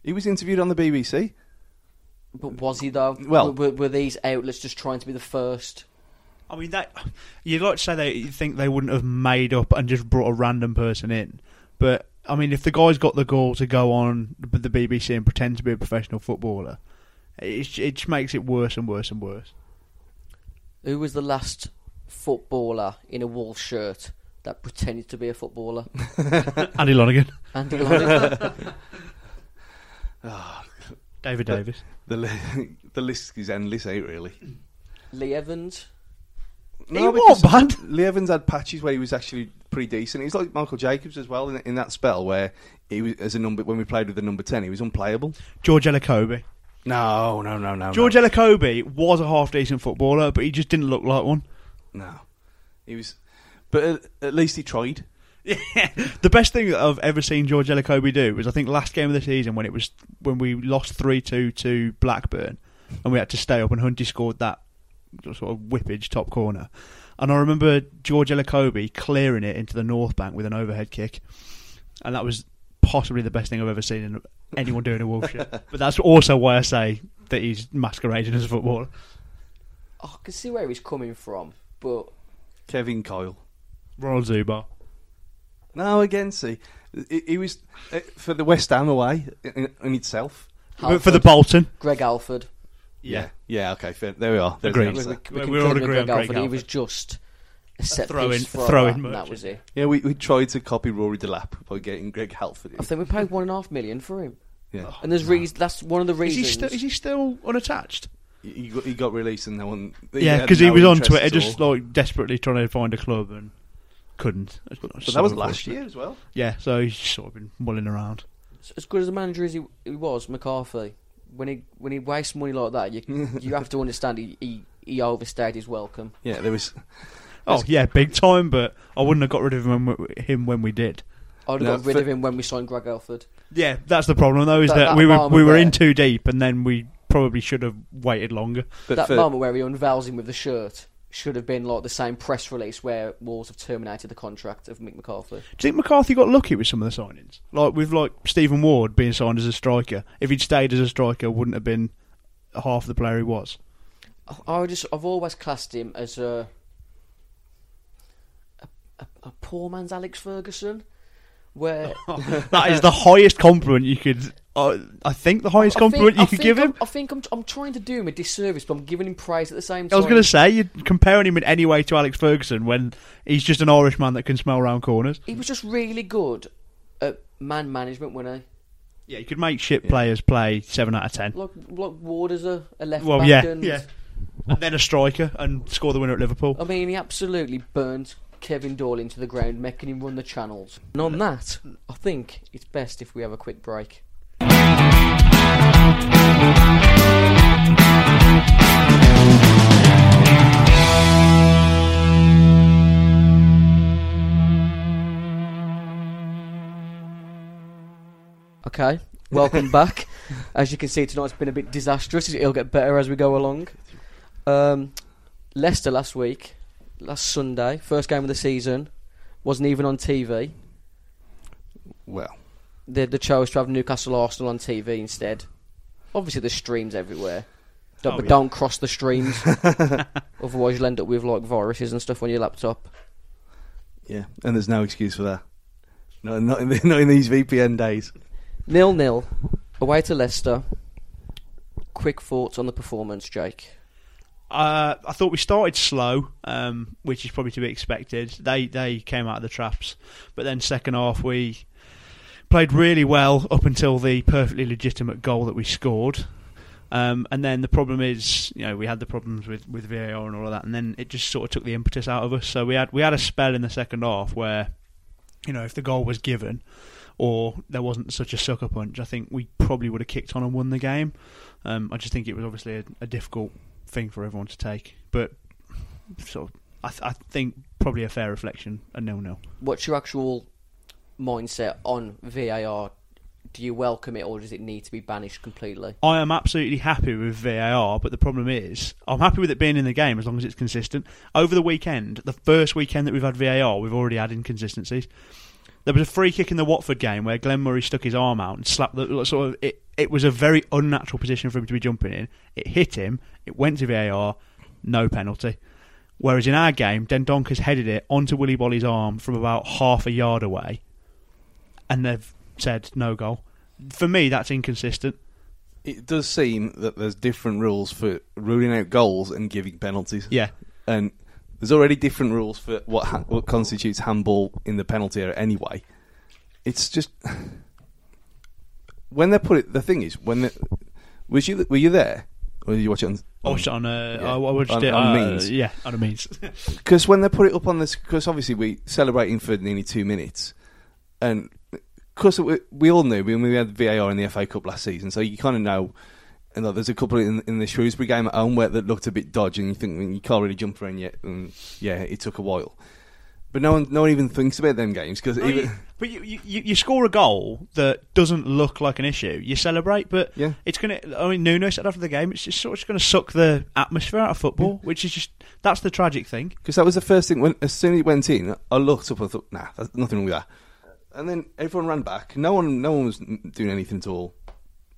He was interviewed on the BBC.
but was he though?
Well-
were, were these outlets just trying to be the first?
I mean, that you'd like to say they you think they wouldn't have made up and just brought a random person in, but I mean, if the guy's got the gall to go on the BBC and pretend to be a professional footballer, it it just makes it worse and worse
*laughs*
and worse.
Who was the last footballer in a Wolves shirt that pretended to be a footballer?
Andy Lonigan.
Andy Lonigan.
David Davis.
The li- *laughs* the list is endless, eh? Really.
Lee Evans.
He
because
wasn't bad.
Lee Evans had patches where he was actually pretty decent. He's like Michael Jacobs as well in, in that spell where he was as a number when we played with the number ten, he was unplayable.
George Elacobi.
No, no, no, no.
George
no.
Elacobi was a half decent footballer, but he just didn't look like one.
no, he was, but at, at least he tried.
The best thing that I've ever seen George Elacobi do was I think last game of the season when it was when we lost three two to Blackburn and we had to stay up and Hunty scored that sort of whippage top corner. And I remember George Elacobi clearing it into the north bank with an overhead kick. And that was possibly the best thing I've ever seen anyone doing a Wolf shirt. But that's also why I say that he's masquerading as a footballer.
Oh, I can see where he's coming from, but
Kevin Coyle.
Ronald Zubar.
No, again, see, he, he was uh, for the West Ham away in, in itself.
But for the Bolton.
Greg Alford.
Yeah, yeah, okay, fair. There we are. There's
Agreed.
the
We,
answer.
we, we
We're
concluded
all
with
agree
Greg
on Greg
Alford. He
Alford.
was just a set
throw-in-
piece thrower,
throw-in
and that
merchant.
was it.
Yeah, we, we tried to copy Rory Delap by getting Greg Halford.
I
In.
think we paid one and a half million for him,
Yeah,
and there's reasons. That's one of the
Oh, Is he,
reasons.
still is he still unattached?
he, got, he got released and no one.
Yeah,
had
because he
no
was on
interest
Twitter
at
just
all.
like desperately trying to find a club and couldn't. It's not-
But
so
that was last
unfortunate.
year as well.
Yeah, so he's sort of been mulling around.
as good as a manager as he, he was, McCarthy. When he when he wastes money like that, you you have to understand he, he, he overstayed his welcome.
Yeah, there was.
Oh yeah, big time, but I wouldn't have got rid of him when we, him when we did.
I'd have
No,
got rid
for-
of him when we signed Greg Alford.
Yeah, that's the problem though, is
That-
that,
that
we were
moment
we were
there.
in too deep, and then we probably should have waited longer.
But
that
for,
moment where he unveils him with the shirt should have been like the same press release where Wolves have terminated the contract of Mick McCarthy.
Do you think McCarthy got lucky with some of the signings? Like with like Stephen Ward being signed as a striker. If he'd stayed as a striker, wouldn't have been half the player he was.
I- I just I've always classed him as a a, a, a poor man's Alex Ferguson,
*laughs*
where
That is the highest compliment you could. Uh, I think the highest
I
compliment
think- I
you could
think
give
I'm-
him.
I think I'm, I'm trying to do him a disservice, but I'm giving him praise at the same time.
I was going to say you're comparing him in any way to Alex Ferguson when he's just an Irish man that can smell round corners.
he was just really good at man management when I
Yeah, you could make shit players play seven out of ten.
like like Ward as a, a left
Well,
back.
yeah,
and,
yeah, and then a striker and score the winner at Liverpool.
I mean, he absolutely burnt Kevin Doyle into the ground, making him run the channels. And on that, I think it's best if we have a quick break. Okay, welcome back. As you can see, tonight's been a bit disastrous. It'll get better as we go along. Um, Leicester last week, last Sunday, first game of the season, wasn't even on TV.
well,
They, they chose to have Newcastle Arsenal on TV instead. Obviously, there's streams everywhere. Don't,
Oh,
but
yeah.
don't cross the
*laughs*
streams. Otherwise, you'll end up with like viruses and stuff on your laptop.
yeah, and there's no excuse for that. No, not in, *laughs* the, not in these VPN days.
Nil nil, away to Leicester. Quick thoughts on the performance, Jake.
Uh, I thought we started slow, um, which is probably to be expected. They they came out of the traps, but then second half we played really well up until the perfectly legitimate goal that we scored. Um, and then the problem is, you know, we had the problems with, with VAR and all of that, and then it just sort of took the impetus out of us. So we had we had a spell in the second half where, you know, if the goal was given, or there wasn't such a sucker punch, I think we probably would have kicked on and won the game. Um, I just think it was obviously a, a difficult thing for everyone to take, but sort of, I, th- I think probably a fair reflection, a nil-nil.
What's your actual mindset on VAR? Do you welcome it, or does it need to be banished completely?
I am absolutely happy with VAR, but the problem is, I'm happy with it being in the game as long as it's consistent. Over the weekend, the first weekend that we've had VAR, we've already had inconsistencies. There was a free kick in the Watford game where Glenn Murray stuck his arm out and slapped the sort of it. It was a very unnatural position for him to be jumping in. It hit him. It went to VAR. No penalty. Whereas in our game, Dendonka's headed it onto Willy Bolly's arm from about half a yard away, and they've said no goal. For me, that's inconsistent.
It does seem that there's different rules for ruling out goals and giving penalties.
Yeah.
and there's already different rules for what ha- what constitutes handball in the penalty area. Anyway, it's just *sighs* when they put it, the thing is when they, was you were you there or did you watch it on?
I watched it Oh, on a.
Yeah.
I watched
On-
it
on
uh,
means.
Yeah, on a *laughs* means.
Because when they put it up on this, because obviously we celebrating for nearly two minutes, and because we, we all knew when we had VAR in the FA Cup last season, so you kind of know. And like, there's a couple in, in the Shrewsbury game at home where that looked a bit dodgy, and you think well, you can't really jump around yet. And yeah, it took a while, but no one, no one even thinks about them games because
No,
even
Oh, you- but you, you, you score a goal that doesn't look like an issue. You celebrate, but
Yeah.
it's going to. I mean, Nuno said after the game, it's just sort of just going to suck the atmosphere out of football, which is just that's the tragic thing.
Because that was the first thing when as soon as it went in, I looked up and thought, nah, there's nothing wrong with that. And then everyone ran back. No one, no one was doing anything at all.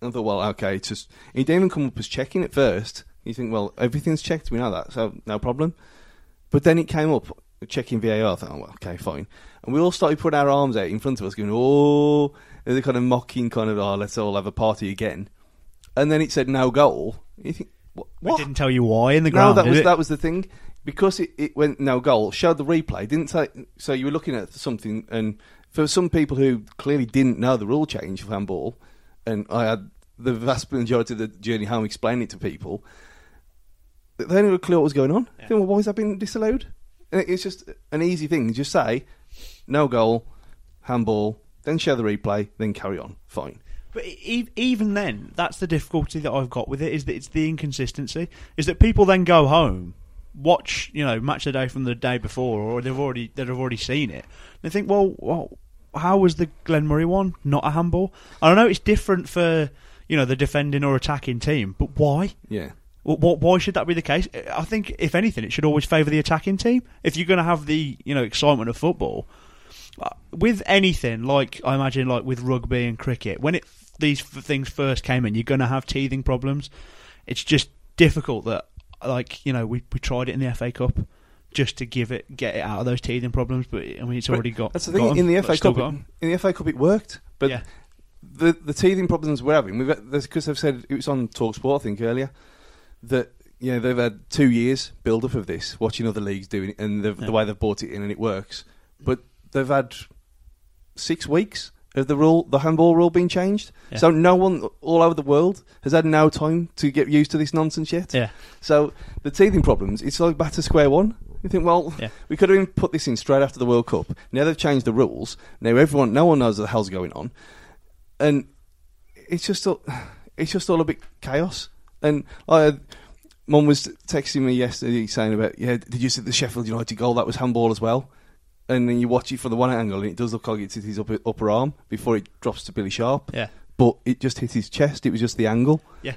And I thought, well, okay, it's just he didn't even come up as checking at first. You think, well, everything's checked, we know that, so no problem. But then it came up checking VAR. I thought, oh, well, okay, fine. And we all started putting our arms out in front of us, going, oh, there's a kind of mocking kind of, oh, let's all have a party again. And then it said no goal. You think, wha-
I
what?
didn't tell you why in the
No,
ground.
that
did
was
it?
that was the thing because it, it went no goal. Showed the replay, didn't take. So you were looking at something, and for some people who clearly didn't know the rule change for handball, and I had the vast majority of the journey home explaining it to people, they didn't have a clue what was going on. They think, well, why has that been disallowed? And it- It's just an easy thing. Just say no goal, handball, then show the replay, then carry on. Fine.
But e- even then, that's the difficulty that I've got with it is that it's the inconsistency. Is that people then go home, watch you know match the day from the day before, or they've already they've already seen it. They think, well, well how was the Glenmurray one not a handball? And I know it's different for you know the defending or attacking team, but why?
Yeah.
Wh- wh- Why should that be the case? I think, if anything, it should always favour the attacking team. If you're going to have the you know excitement of football, Uh, with anything like I imagine, like with rugby and cricket, when it these f- things first came in, you're going to have teething problems. It's just difficult that like you know we we tried it in the FA Cup just to give it get it out of those teething problems, but I mean it's already got
That's the
got
thing
'em.
in the
Like,
FA
still
Cup.
got
It,
'em.
in the FA Cup, it worked, but
Yeah.
the the teething problems we're having, we've because I've said it was on Talksport, I think earlier, that you know they've had two years build up of this, watching other leagues doing it, and the, the way they've bought it in and it works, but they've had six weeks of the rule, the handball rule being changed,
Yeah.
so no one all over the world has had no time to get used to this nonsense yet.
Yeah.
So the teething problems, it's like back to square one. You think, well,
Yeah.
we could have even put this in straight after the World Cup. Now they've changed the rules. Now everyone, no one knows what the hell's going on, and it's just all, *sighs* it's just all a bit chaos. And I, mum was texting me yesterday saying about, yeah, did you see the Sheffield United goal? That was handball as well. And then you watch it from the one angle, and it does look like it's hit his upper, upper arm before it drops to Billy Sharp.
Yeah.
But it just hit his chest. It was just the angle
yeah.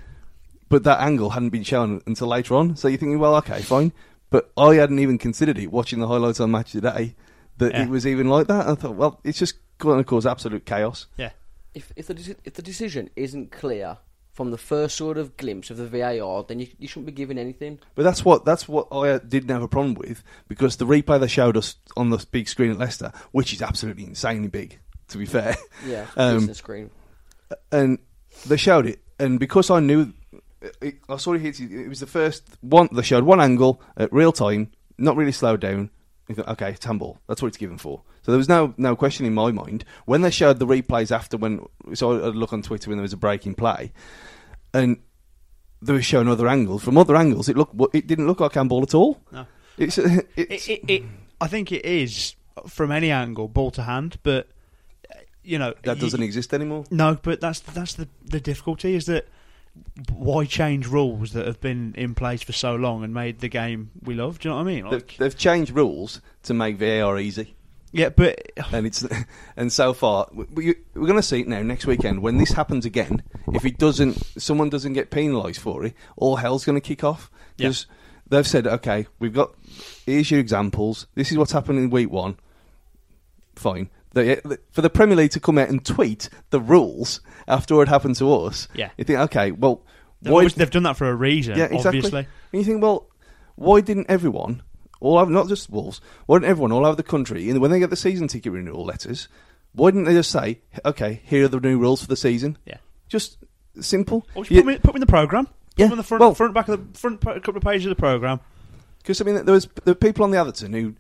but that angle hadn't been shown until later on. So you're thinking, well, okay, fine. But I hadn't even considered it watching the highlights on Match Today that
Yeah.
it was even like that. I thought, well, it's just going to cause absolute chaos.
Yeah.
If if the deci- if the decision isn't clear from the first sort of glimpse of the VAR, then you you shouldn't be given anything.
But that's what that's what I uh, didn't have a problem with because the replay they showed us on the big screen at Leicester, which is absolutely insanely big, to be fair.
Yeah,
*laughs* Um,
the screen.
and they showed it, and because I knew, it, I saw it hit. It was the first one. They showed one angle at real time, not really slowed down. You thought, okay, it's handball. That's what it's given for. So there was no no question in my mind when they showed the replays after when. So I I'd look on Twitter when there was a break in play, and they were showing other angles. From other angles, it looked it didn't look like handball at all.
No.
It's, *laughs* it's,
it, it, it, I think it is from any angle, ball to hand, but uh, you know
that
you-
doesn't e- exist anymore.
No, but that's that's the the difficulty is that why change rules that have been in place for so long and made the game we love? Do you know what I mean?
They've,
Like,
they've changed rules to make VAR easy.
yeah, but
*laughs* and it's and so far we, we- we're going to see it now next weekend when this happens again if it doesn't someone doesn't get penalised for it all hell's going to kick off
Yeah.
because they've said okay we've got here's your examples this is what's happened in week one fine they, eh, for the Premier League to come out and tweet the rules after what happened to us
Yeah.
you think okay well
they've, always- they've done that for a reason,
yeah, exactly.
obviously.
And you think, well, why didn't everyone, all over, not just Wolves, why didn't everyone all over the country, and when they get the season ticket renewal letters, why didn't they just say, okay, here are the new rules for the season?
Yeah.
Just simple.
Or just
Yeah.
put, them in, put them in the program. Put
Yeah,
them in the front,
well-
front back of the front pa- couple of pages of the program.
Because I mean, there was there were people on the Atherton who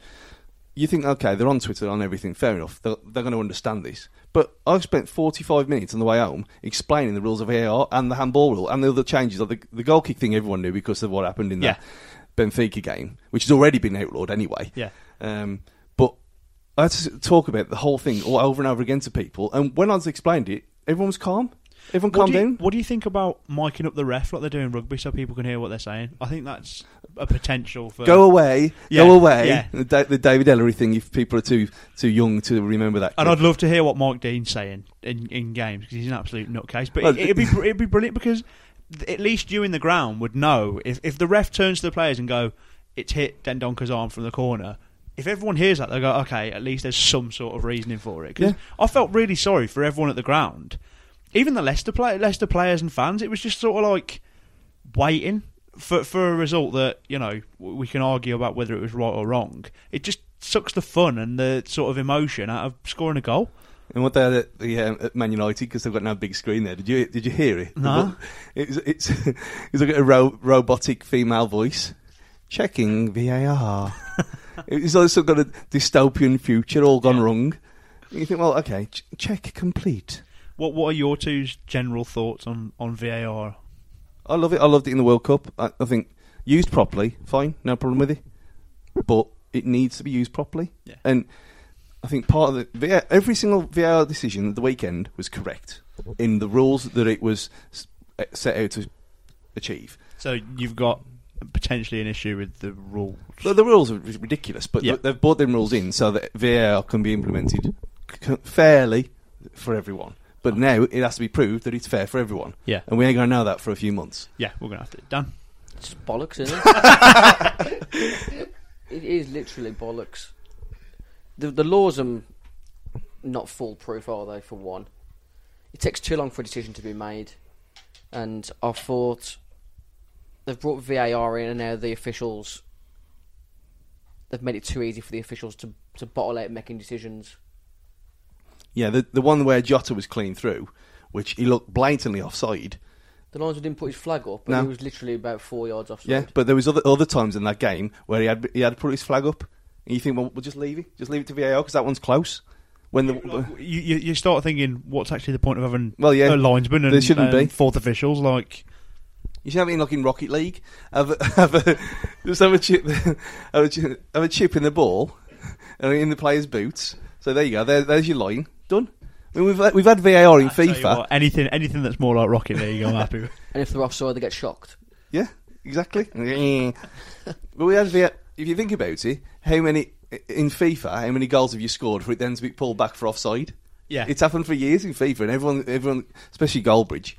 you think, okay, they're on Twitter, on everything, fair enough. They're, they're going to understand this. But I've spent 45 minutes on the way home explaining the rules of AR and the handball rule and the other changes. Like the, the goal kick thing, everyone knew because of what happened in the
Yeah.
Benfica game, which has already been outlawed anyway.
Yeah.
Um, but I had to talk about the whole thing all over and over again to people. And when I was explained it, everyone was calm. Everyone
What
calmed
do, you,
down.
what do you think about miking up the ref like they're doing rugby so people can hear what they're saying? I think that's a potential for.
Go away,
Yeah,
go away.
yeah.
The, Da- the David Ellery thing. If people are too too young to remember that,
And
clip.
I'd love to hear what Mike Dean's saying in, in games because he's an absolute nutcase. But
Well,
it, it'd be br- it'd be brilliant because th- at least you in the ground would know if if the ref turns to the players and go, "It's hit Dendonka's arm from the corner." If everyone hears that, they go, "Okay, at least there's some sort of reasoning for it." 'Cause
Yeah.
I felt really sorry for everyone at the ground, even the Leicester play- Leicester players and fans. It was just sort of like waiting for for a result that you know w- we can argue about whether it was right or wrong. It just sucks the fun and the sort of emotion out of scoring a goal.
And what they had at, the, um, at Man United because they've got no big screen there. Did you did you hear it?
No.
It was, it's *laughs* it was like a ro- robotic female voice checking
*laughs*
VAR. it was also got a dystopian future all gone wrong. You think, well, okay, ch- check complete.
What what are your two's general thoughts on on VAR?
I love it. I loved it in the World Cup. I, I think used properly, fine, no problem with it. But it needs to be used properly.
Yeah.
And I think part of the VAR, every single VAR decision at the weekend was correct in the rules that it was s- eh, set out to achieve.
So you've got potentially an issue with the rules.
The, the rules are ri- ridiculous, but
Yeah.
th- they've brought them rules in so that VAR can be implemented c- c- fairly for everyone. But now it has to be proved that it's fair for everyone.
Yeah.
And we ain't going to know that for a few months.
Yeah, we're gonna have to. Dan,
It's just bollocks, isn't it? it is literally bollocks. The the laws are not foolproof, are they? For one, it takes too long for a decision to be made, and I thought they've brought VAR in, and now the officials they've made it too easy for the officials to to bottle out making decisions.
Yeah, the the one where Jota was clean through, which he looked blatantly offside.
The Lions didn't put his flag up, but
No.
he was literally about four yards offside.
Yeah, but there was other other times in that game where he had he had put his flag up, and you think, well, we'll just leave it, just leave it to VAR because that one's close. When the
you, you you start thinking what's actually the point of having
Well, yeah.
a linesman and,
There shouldn't
and
be.
fourth officials like
you should have it in like in Rocket League, have a, *laughs* have a just have a chip, *laughs* have a chip, have a chip in the ball, and in the player's boots. So there you go. There, there's your line done. I mean, we've had- we've had VAR in
I tell you
FIFA.
what, anything anything that's more like Rocket League, I'm happy.
*laughs*
with.
And if they're offside, they get shocked.
Yeah,
*laughs*
exactly. but we had the, if you think about it, how many in FIFA, how many goals have you scored for it then to be pulled back for offside?
Yeah.
it's happened for years in FIFA, and everyone, everyone, especially Goldbridge.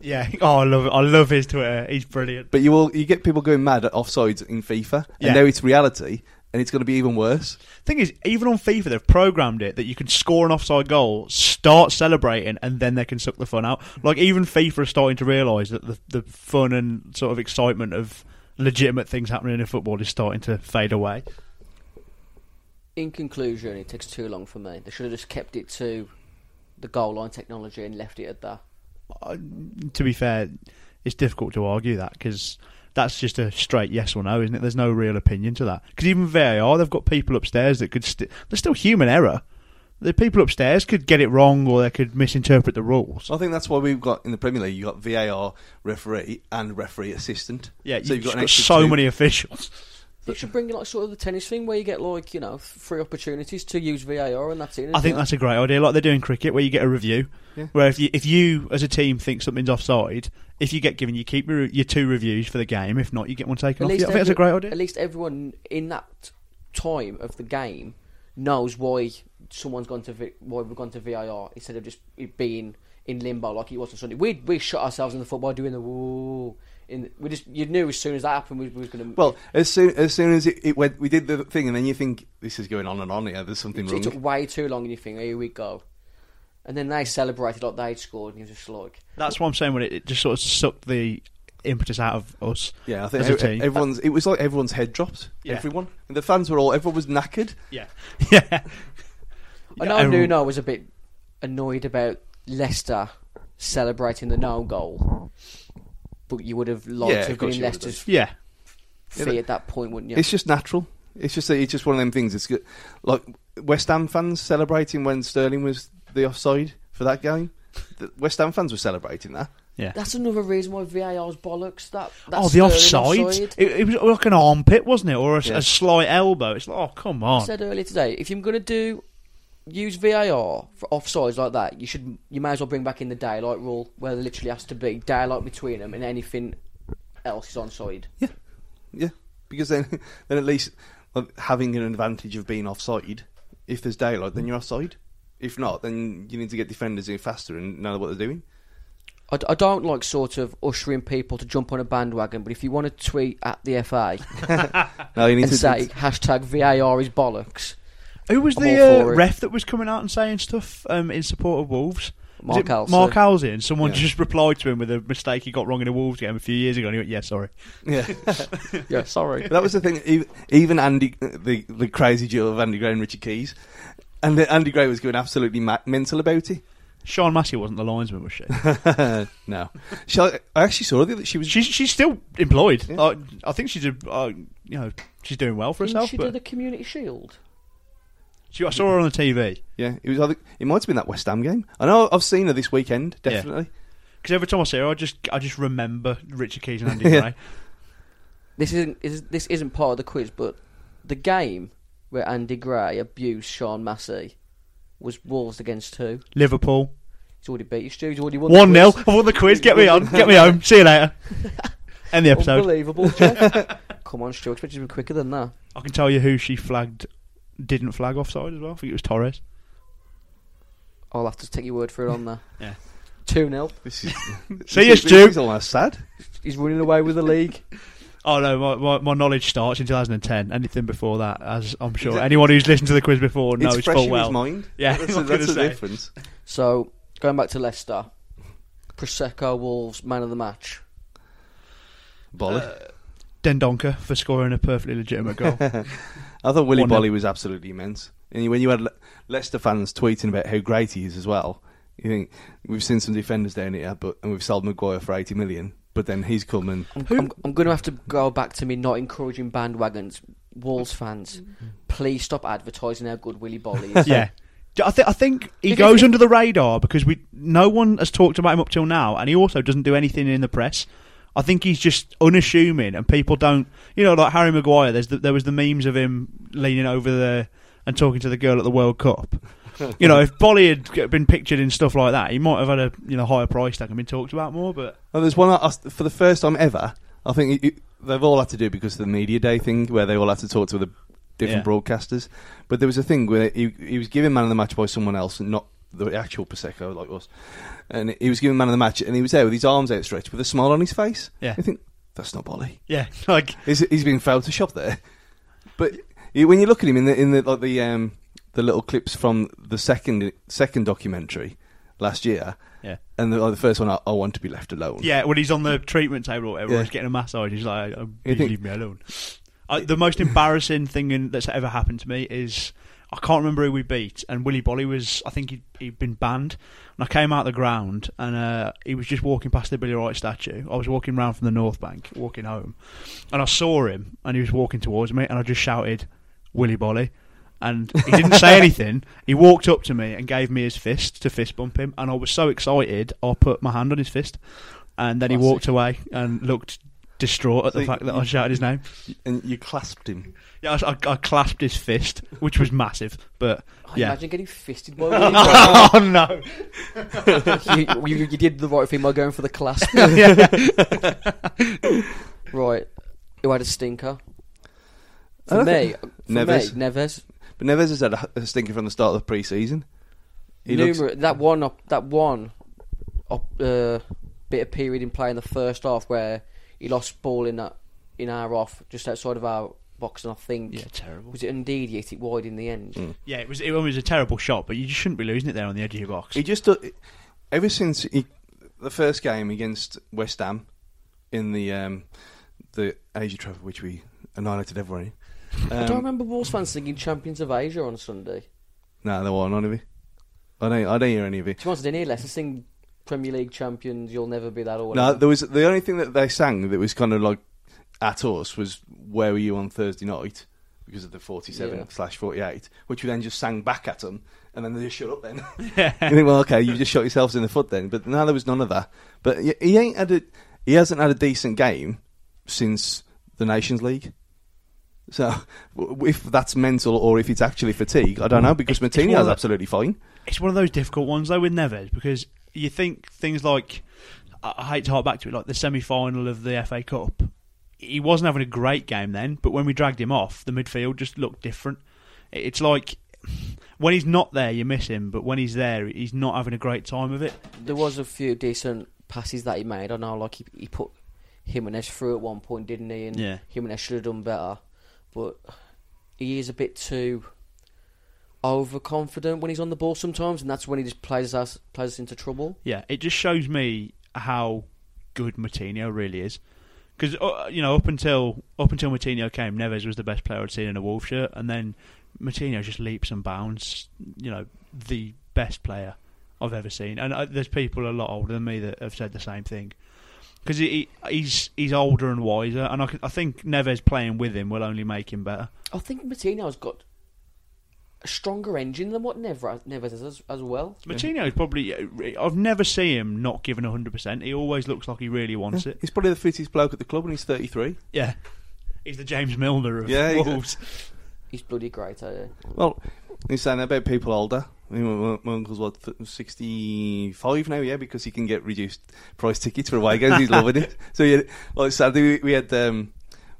Yeah. Oh, I love it. I love his Twitter. He's brilliant.
But you will, you get people going mad at offsides in FIFA, and
Yeah.
now it's reality, and it's going to be even worse.
Thing is, even on FIFA, they've programmed it that you can score an offside goal, start celebrating, and then they can suck the fun out. Like even FIFA is starting to realise that the the fun and sort of excitement of legitimate things happening in football is starting to fade away.
In conclusion, it takes too long for me. They should have just kept it to the goal line technology and left it at that.
To be fair, it's difficult to argue that because that's just a straight yes or no, isn't it? There's no real opinion to that. Because even VAR, they've got people upstairs that could. St- there's still human error. The people upstairs could get it wrong or they could misinterpret the rules.
I think that's why we've got in the Premier League, you have got VAR referee and referee assistant.
Yeah, you've,
an
just got
extra
so
two.
many officials.
They should bring in like sort of the tennis thing where you get like you know f- three opportunities to use VAR and that's it.
I
isn't
think
it?
that's a great idea, like they do in cricket, where you get a review. Where if you if you as a team think something's offside, if you get given, you keep your, your two reviews for the game. If not, you get one taken off. you. I think that's a
every-
great idea.
At least everyone in that time of the game knows why someone's gone to v- why we've gone to VAR instead of just it being in limbo like it was on Sunday. We we shot ourselves in the football doing the woo. In we just you knew as soon as that happened we, we was going to
Well, as soon as soon as it, it went, we did the thing, and then you think this is going on and on here. There's something
It
wrong.
took way too long, and you think, here we go. And then they celebrated like they'd scored, and you're just like,
That's what I'm saying. When it, it just sort of sucked the impetus out of us.
Yeah, I think
as a
ev-
team.
everyone's. It was like everyone's head dropped.
Yeah.
Everyone, and the fans were all. Everyone was knackered.
yeah, *laughs* yeah.
I
Yeah,
know
everyone-
Nuno was a bit annoyed about Leicester celebrating the no goal, but you would have liked
Yeah,
to
of
have been
course
in
you would have
Leicester's
Yeah.
feet at that point, wouldn't you?
It's just natural. It's just it's just one of them things. It's good. like West Ham fans celebrating when Sterling was the offside for that game. The West Ham fans were celebrating that.
Yeah.
That's another reason why VAR's bollocks. That, that
oh, the
Sterling
offside. It, it was like an armpit, wasn't it, or a, s-
Yeah.
a slight elbow? It's like, oh, come
I
on.
said earlier today, if you're going to do use VAR for offsides like that, you should you may as well bring back in the daylight rule, where there literally has to be daylight between them and anything else is onside.
Yeah, because then *laughs* then at least like, having an advantage of being offside. If there's daylight, then you're offside. If not, then you need to get defenders in faster and know what they're doing.
I, d- I don't like sort of ushering people to jump on a bandwagon, but if you want to tweet at the
*laughs*
FA
No, you need
and
to
say hashtag VAR is bollocks,
Who was
I'm
the
all
uh,
for it.
ref that was coming out and saying stuff um, in support of Wolves? Was
Mark
it
Halsey.
Mark Halsey, and someone
Yeah.
just replied to him with a mistake he got wrong in a Wolves game a few years ago, and he went, "Yeah, sorry."
*laughs* Yeah.
yeah, sorry.
But that was the thing. ev- Even Andy, the the crazy duel of Andy Gray and Richard Keys, and the, Andy Gray was going absolutely ma- mental about it.
Sean Massey wasn't the linesman, was she?
*laughs* no, she, I actually saw the other. She was.
she's she's still employed.
Yeah.
Like, I think she's a, uh, you know she's doing well for
Didn't
herself.
she do
But
the community shield?
she, I saw her on the TV
Yeah, it was. either- It might have been that West Ham game. I know. I've seen her this weekend.
Yeah.
Definitely.
because every time I see her, I just I just remember Richard Keys and Andy Gray.
This isn't is, this isn't part of the quiz, but the game where Andy Gray abused Sean Massey was Wolves against who?
Liverpool
He's already beat you, Stu. He's already won. the
one 0
quiz.
I won the quiz. Get me on. Get me home. See you
*laughs*
later. End the episode.
Unbelievable,
*laughs*
Jeff. Come on, Stu. I expected you to be quicker than that.
I can tell you who she flagged didn't flag offside as well. I think it was Torres.
I'll have to take your word for it on that.
Yeah.
2 0.
This *laughs* is.
See you,
this, is-
Stu.
This is almost sad.
He's running away with the league.
Oh no, my, my, my knowledge starts in 2010. Anything before that, as I'm sure anyone who's listened to the quiz before knows
it's fresh
full
in
well.
his mind.
Yeah,
that's, a,
I was
that's the
gonna say.
difference.
So, going back to Leicester, Prosecco Wolves, man of the match.
Uh,
Bolly.
Dendonka for scoring a perfectly
*laughs*
legitimate goal.
I thought Willie
One nil.
Bolly was absolutely immense. And when you had Le- Leicester fans tweeting about how great he is as well, you think we've seen some defenders down here, but and we've sold Maguire for eighty million, but then he's come and
I'm, I'm going to have to go back to me not encouraging bandwagons. Wolves fans, please stop advertising how good Willy
*laughs*
Bolly is.
yeah. Do- I, th- I think he
Because
goes
it-
under the radar because we no one has talked about him up till now, and he also doesn't do anything in the press. I think he's just unassuming, and people don't, you know, like Harry Maguire. There's the, there was the memes of him leaning over the and talking to the girl at the World *laughs* Cup. you know, if Bolly had g- been pictured in stuff like that, he might have had a you know higher price tag and been talked about more. But
Oh, there's one I- I- for the first time ever. I think it, it- they've all had to do it because of the media day thing, where they all had to talk to the different
Yeah.
broadcasters. But there was a thing where he, he was given man of the match by someone else, and not the actual Prosecco like us. And he was given man of the match, and he was there with his arms outstretched, with a smile on his face.
Yeah.
I think that's not Bolly.
yeah, *laughs* like
He's, he's been photoshopped there. But you- when you look at him in the in the like the um, the little clips from the second second documentary last year,
Yeah.
and the, like the first one, I, I want to be left alone.
Yeah, when he's on the treatment table or whatever,
Yeah.
he's getting a massage. He's like, oh,
You
please
think-
leave me alone. I, the most embarrassing thing in, that's ever happened to me is I can't remember who we beat, and Willy Bolly was, I think he'd, he'd been banned. And I came out the ground, and uh, he was just walking past the Billy Wright statue. I was walking round from the North Bank, walking home, and I saw him, and he was walking towards me, and I just shouted, Willy Bolly. And he didn't
*laughs*
say anything. He walked up to me and gave me his fist to fist bump him, and I was so excited I put my hand on his fist and then he
Classic.
walked away and looked distraught at the
So
fact that
you-
I shouted his name.
and you clasped him.
Yeah, I, I clasped his fist, which was massive, but
I
yeah.
imagine getting fisted by Willy Bolly.
*laughs* Oh
*laughs*
no!
you, you, you did the right thing by going for the
*laughs*
class. right. Who had a stinker? For
I don't
me,
think-
for
Neves.
me, Neves.
But Neves has had a, a stinker from the start of the pre-season. He looks,
Numer- that one, op- that one op- uh, bit of period in play in the first half where he lost ball in that in our off just outside of our box, and I think
Yeah, terrible.
was it indeed he hit it wide in the end.
Mm.
Yeah, it was it was a terrible shot, but you just shouldn't be losing it there on the edge of your box.
he just do- ever since he, the first game against West Ham in the um, the Asia Trophy, which we annihilated everyone. in.
I don't
Um,
remember Wolves fans singing Champions of Asia on Sunday.
no, there weren't none of it. I don't. I don't hear any of it.
She wants to hear less sing Premier League champions. You'll never be that. Or
No,
whatever.
there was the only thing that they sang that was kind of like at us was "Where were you on Thursday night?" because of the 47
Yeah.
slash 48, which we then just sang back at them, and then they just shut up then. *laughs* you think, well, okay, you just shot yourselves in the foot then. But now there was none of that. But he, he ain't had a, he hasn't had a decent game since the Nations League. So w- if that's mental or if it's actually fatigue, I don't know because
It's- it's
Martinez
one of
is
the-
absolutely fine.
it's one of those difficult ones though with Neves because you think things like I I hate to hark back to it, like the semi-final of the FA Cup. He wasn't having a great game then, but when we dragged him off, the midfield just looked different. It- It's like when he's not there, you miss him, but when he's there, he's not having a great time of it.
There was a few decent passes that he made. I know, like he, he put Jimenez through at one point, didn't he? And
Yeah.
Jimenez should have done better, but he is a bit too overconfident when he's on the ball sometimes, and that's when he just plays us plays us into trouble.
Yeah, it just shows me how good Matinho really is. Because uh, you know, up until up until Matinho came, Neves was the best player I'd seen in a Wolf shirt, and then Matinho just leaps and bounds. You know, the best player I've ever seen, and uh, there's people a lot older than me that have said the same thing. Because he, he- he's he's older and wiser, and I, c- I think Neves playing with him will only make him better.
I think Martino's got a stronger engine than what Neves Neves has as, as well.
Matinho is probably uh, I've never seen him not giving hundred percent. He always looks like he really wants it.
He's probably the fittest bloke at the club and he's 33.
Yeah. He's the James Milner of
Yeah, exactly.
Wolves.
He's bloody great. eh? I,
Well, he's saying that about people older. I mean, my, my uncle's what sixty-five now, yeah, because he can get reduced price tickets for away games. He's loving it. So yeah, well, sadly we, we had um,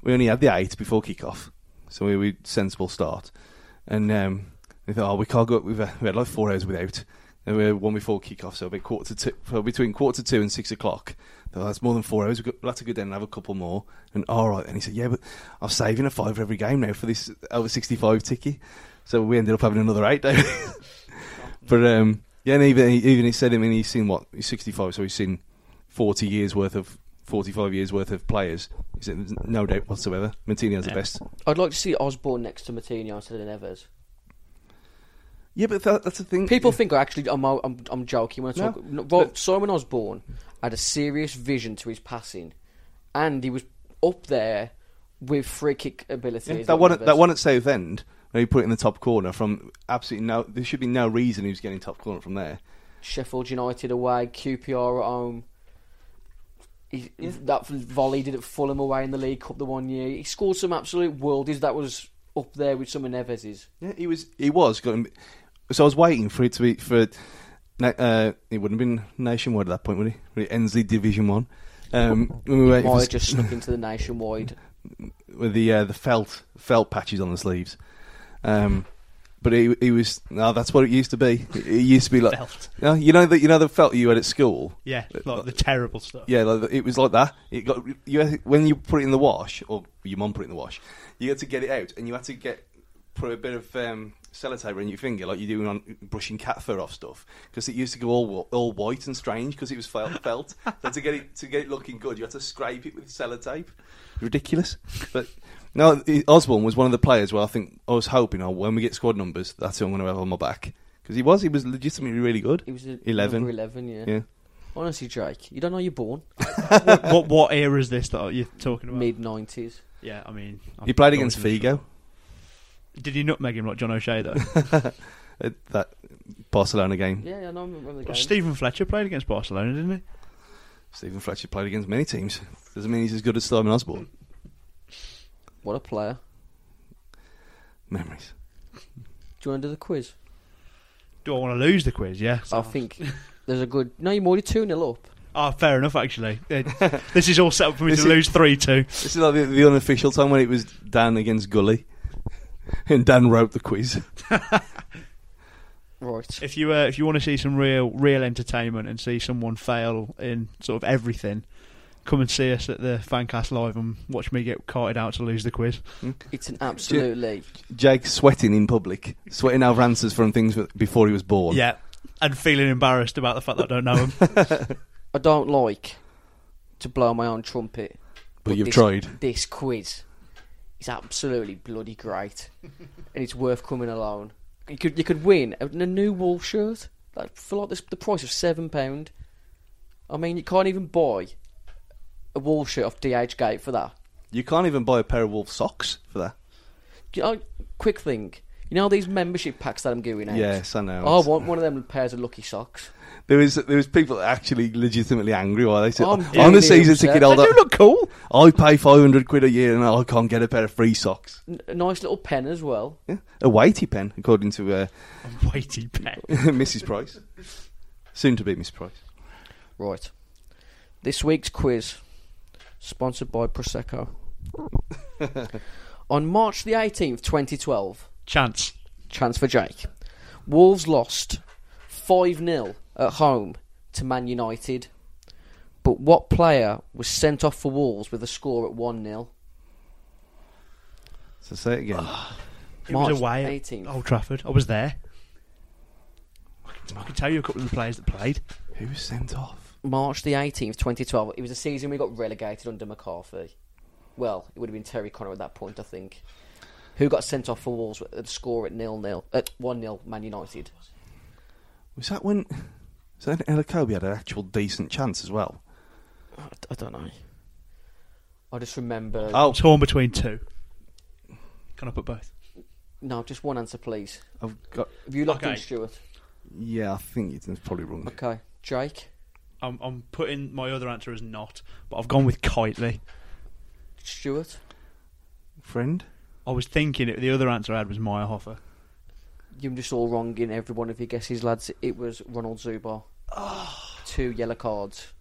we only had the eight before kick-off, so we we sensible start, and um, we thought, oh, we can't go. We've uh, we had like four hours without. And we had one before kick-off, so about quarter to two, well, between quarter to two and six o'clock. Thought, that's more than four hours. We've got, we'll have to go down and have a couple more. And all right, and he said, yeah, but I'm saving a five every game now for this over sixty-five ticket. So we ended up having another eight *laughs* day. but um, yeah, and even even he said, I mean, he's seen what he's sixty five, so he's seen forty years worth of forty five years worth of players. He said, "There's no doubt whatsoever, Martinez's the best.
would like to see Osborne next to Martino instead of Neves.
Yeah, but that, that's the thing.
People think I actually I'm I'm, I'm joking when I talk. No, Ro- Simon Osborne had a serious vision to his passing, and he was up there with free kick ability.
Yeah, that one at, that one at South End. Where he put it in the top corner from absolutely no. There should be no reason he was getting top corner from there.
Sheffield United away, QPR at home. He, That volley did at Fulham away in the League Cup the one year. He scored some absolute worldies that was up there with some of Neves's.
Yeah, he was. He was going. So I was waiting for it to be for. na- Uh, it wouldn't have been nationwide at that point, would he? Would it Ensley Division One? *laughs* Um, when we were waiting
Moyer
for-
just snuck into the nationwide.
with the uh, the felt felt patches on the sleeves. Um, but he he was no, that's what it used to be. It it used to be like
Felt.
Yeah, you know that you know the felt you had at school.
Yeah, like the terrible stuff.
Yeah, like, it was like that. It got you had- when you put it in the wash, or your mum put it in the wash. You had to get it out, and you had to get put a bit of um, sellotape around your finger, like you do on brushing cat fur off stuff, because it used to go all wa- all white and strange because it was felt. felt. so to get it to get it looking good, you had to scrape it with sellotape. Ridiculous, but. No, he- Osborne was one of the players where I think I was hoping, oh, when we get squad numbers, that's who I'm going to have on my back because he was, he was legitimately really good.
He was a,
eleven.
number eleven. Yeah.
Yeah,
Honestly, Drake, you don't know you're born
what, what what era is this that you're talking about?
mid nineties.
Yeah, I mean,
he played against Figo.
Did he nutmeg him like John
*laughs*
O'Shea though?
at that Barcelona game.
Yeah, yeah, no, I remember the
Well,
game.
Stephen Fletcher played against Barcelona, didn't he?
Stephen Fletcher played against many teams. Doesn't mean he's as good as Simon Osborne.
What a player!
Memories.
Do you want to do the quiz?
Do I want to lose the quiz? Yeah.
I think there's a good. No, you're already two 0 up.
Oh, fair enough. Actually, Uh,
*laughs*
this is all set up for me
This
to
is-
lose three two.
This is like the, the unofficial time when it was Dan against Gully, *laughs* and Dan wrote the quiz.
Right.
If you uh, if you want to see some real real entertainment and see someone fail in sort of everything, come and see us at the Fancast live and watch me get carted out to lose the quiz.
It's an absolute league.
Jake sweating in public, sweating over answers from things that- before he was born.
Yeah, and feeling embarrassed about the fact that I don't know him.
I don't like to blow my own trumpet,
but you've
this,
tried.
This quiz is absolutely bloody
*laughs*
great, and it's worth coming alone. You could you could win a, a new wool shirt like for like this, the price of seven pound. I mean, you can't even buy a wool shirt off DH Gate for that.
You can't even buy a pair of wolf socks for that.
Do you know, quick thing. You know these membership packs that I'm giving out.
Yes, I know.
I want Oh, one of them pairs of lucky socks.
There was there was people actually legitimately angry while they said,
I'm
"I'm,
really
a season
upset.
ticket
They
holder.
do look cool.
I pay five hundred quid a year and I can't get a pair of free socks.
N- a nice little pen as well.
Yeah. A weighty pen, according to uh,
*laughs* Weighty pen.
*laughs* Mrs. Price, soon to be Miss Price.
Right. This week's quiz, sponsored by Prosecco. On March the 18th, 2012,
Chance.
chance for Jake. Wolves lost 5 0 at home to Man United. But what player was sent off for Wolves with a score at 1 0?
So say it again.
It
March
was away at
18th.
Old Trafford. I was there. I can- I can tell you a couple of the players that played.
Who was sent off?
March the 18th, 2012. It was a season we got relegated under McCarthy. Well, it would have been Terry Connor at that point, I think. Who got sent off for Wolves at a score at nil nil at one 0 Man United?
Was that when? Was that when El Kobe had an actual decent chance as well?
I, I don't know. I just remember.
Oh,
Torn between two. Can I put both?
No, just one answer, please.
I've got.
Have you locked in,
Okay.
Stuart?
Yeah, I think it's probably wrong.
Okay, Jake,
I'm, I'm putting my other answer as not, but I've gone with Kitely.
Stuart.
Friend.
I was thinking it, the other answer I had was Meyerhofer.
You're just all wrong in every one of your guesses, lads. It was Ronald Zubar. Two yellow cards.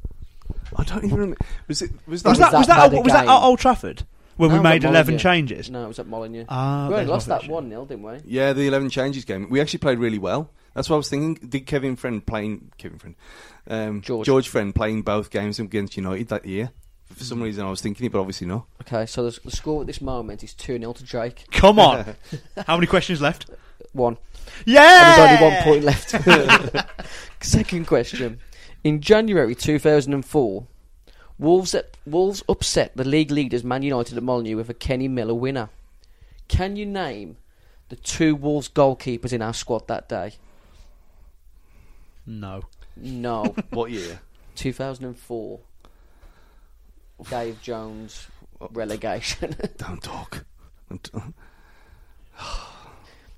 I don't even remember. Was it? Was that?
Was that,
that
was, that,
bad
at-
a
was that
game?
at Old Trafford when
No,
we
it was
made
at
11
Molyneux.
changes?
No, it was at Molyneux.
Ah,
we only
there's
lost
my
that
picture.
one 0 didn't we?
Yeah, the eleven changes game. We actually played really well. That's what I was thinking. Did Kevin Friend playing Kevin Friend, um,
George.
Friend playing both games against United that year? For some reason, I was thinking it, but obviously not.
Okay, so the, the score at this moment is 2 0 to Jake. *laughs*
Come on. How many questions left?
One.
Yeah!
And there's only one point left. *laughs* Second question. In January 2004, Wolves, up- Wolves upset the league leaders Man United at Molyneux with a Kenny Miller winner. Can you name the two Wolves goalkeepers in our squad that day?
No.
No.
What year?
2004. Dave Jones, relegation. *laughs*
Don't talk.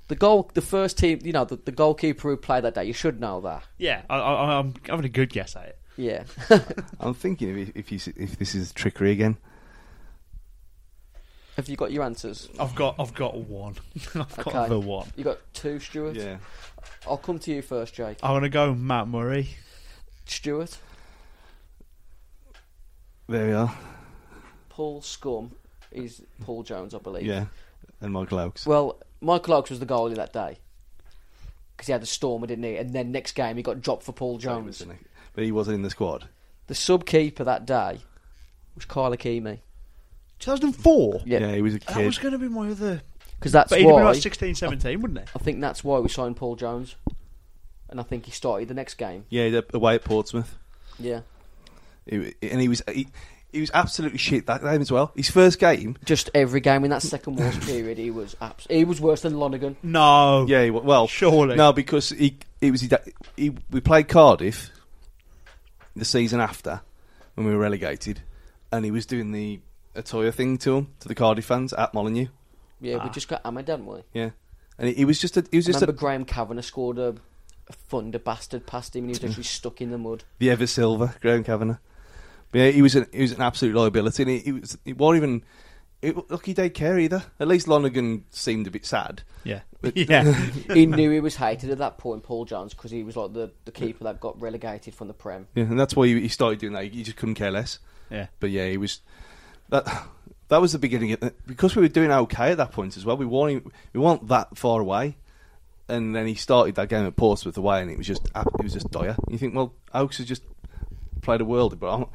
the goal, the first team, you know, the, the goalkeeper who played that day, you should know that.
Yeah, I, I, I'm having a good guess at it.
Yeah.
I'm thinking if if, you, s- if this is trickery again.
Have you got your answers?
I've got I've got one. *laughs* I've got
Okay.
the one.
You got two, Stuart? I'll come to you first, Jake.
I want to go Matt Murray.
Stuart,
there we are.
Paul Scum is Paul Jones, I believe.
Yeah, and Michael Oakes.
Well, Michael Oakes was the goalie that day because he had a stormer, didn't he? And then next game he got dropped for Paul Jones.
but he wasn't in the squad.
The sub keeper that day was Kyle Akimi.
2004.
Yeah.
Yeah, he was a
That was
kid.
going to be my other.
Because that's
But he'd have been
why
about 16, 17, wouldn't he?
I think that's why we signed Paul Jones, and I think he started the next game.
Yeah, he was away at Portsmouth.
Yeah,
He w- and he was he, he was absolutely shit that game as well. His first game.
just every game in that second Wars
*laughs*
period, he was abs- he was worse than Lonergan.
No.
Yeah, he, wa- well,
Surely.
no, because he it was he, he we played Cardiff the season after when we were relegated, and he was doing the Atoya thing to him to the Cardiff fans at Molyneux.
Yeah,
Ah.
we just got hammered, didn't we?
Yeah, and he, he was just a, he was just
Remember
a,
Graham Kavanagh scored a, a thunder bastard past him, and he was *laughs* actually stuck in the mud.
the ever silver Graham Kavanagh. But yeah, he was an he was an absolute liability, and he, he was he wasn't even. It, look, he didn't care either. At least Lonergan seemed a bit sad.
Yeah. Yeah.
he knew he was hated at that point, Paul Jones, because he was like the, the keeper that got relegated from the Prem.
Yeah, and that's why he, he started doing that. He, he just couldn't care less.
yeah.
But yeah, he was that. That was the beginning of it. because we were doing okay at that point as well. We weren't even- we weren't that far away, and then he started that game at Portsmouth away, and it was just it was just dire. You think, well, Oaks has just played a world, but I'm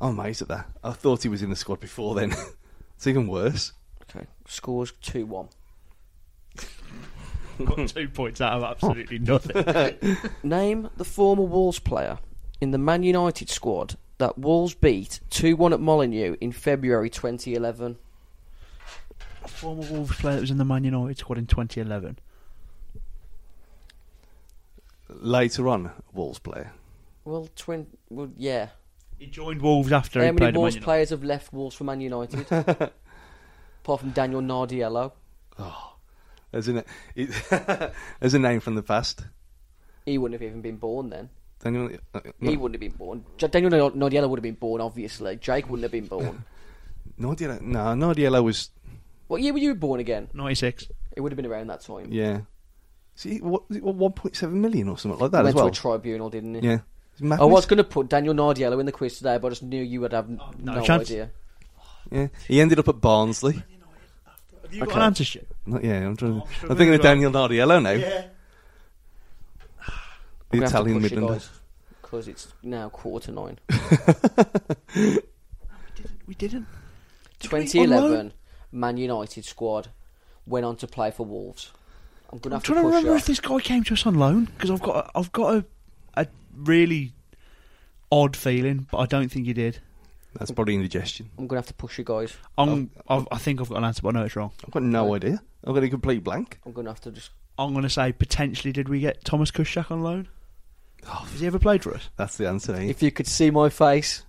I'm amazed at that. I thought he was in the squad before then. *laughs* it's even worse.
Okay, scores two one.
Got two points out of absolutely nothing.
Name the former Wolves player in the Man United squad that Wolves beat two one at Molyneux in February 2011.
Former Wolves player that was in the Man United squad in 2011.
Later on, Wolves player.
Well, twin. Well, yeah.
He joined Wolves after
How
he played
many
at Man
Wolves *laughs*
United.
players have left Wolves for Man United? Apart from Daniel Nardiello.
Oh, there's a, it, *laughs* there's a name from the past.
He wouldn't have even been born then.
Daniel, uh,
He
no,
wouldn't have been born. J- Daniel N- Nodiello would have been born, obviously. Jake wouldn't have been
*laughs*
born.
Nordiello, no, Nordiello was
what year were you born again?
96.
It would have been around that time.
yeah. See, what, was it, what 1.7 million or something like that
He
as
went to
well.
a Oh, tribunal, didn't he?
yeah, It's
I
madness.
was going to put Daniel Nardiello in the quiz today, but I just knew you would have n-
no
no,
chance.
idea.
Yeah, he ended up at Barnsley.
Have you got
Okay.
an answer, Stu?
Not, yeah, I'm trying.
Oh,
to,
I'm
I'm thinking of
struggling
Daniel Nardiello now.
I'm
The
gonna have to
Italian
push you
Midlander.
guys, Because it's now quarter to
*laughs*
nine.
We didn't.
2011 Man United squad went on to play for Wolves. I'm gonna
I'm
have to
trying to
push
remember
you.
if this guy came to us on loan because I've got a, I've got a, a really odd feeling, but I don't think he did.
That's probably indigestion.
I'm gonna have to push you guys.
I'm, I've, I think I've got an answer, but I know it's wrong.
I've got no idea. I've got a complete blank.
I'm gonna have to just.
I'm going to say potentially did we get Thomas Kushak on loan? Has he ever played for us?
That's the answer. eh?
If you could see my
*laughs*
face,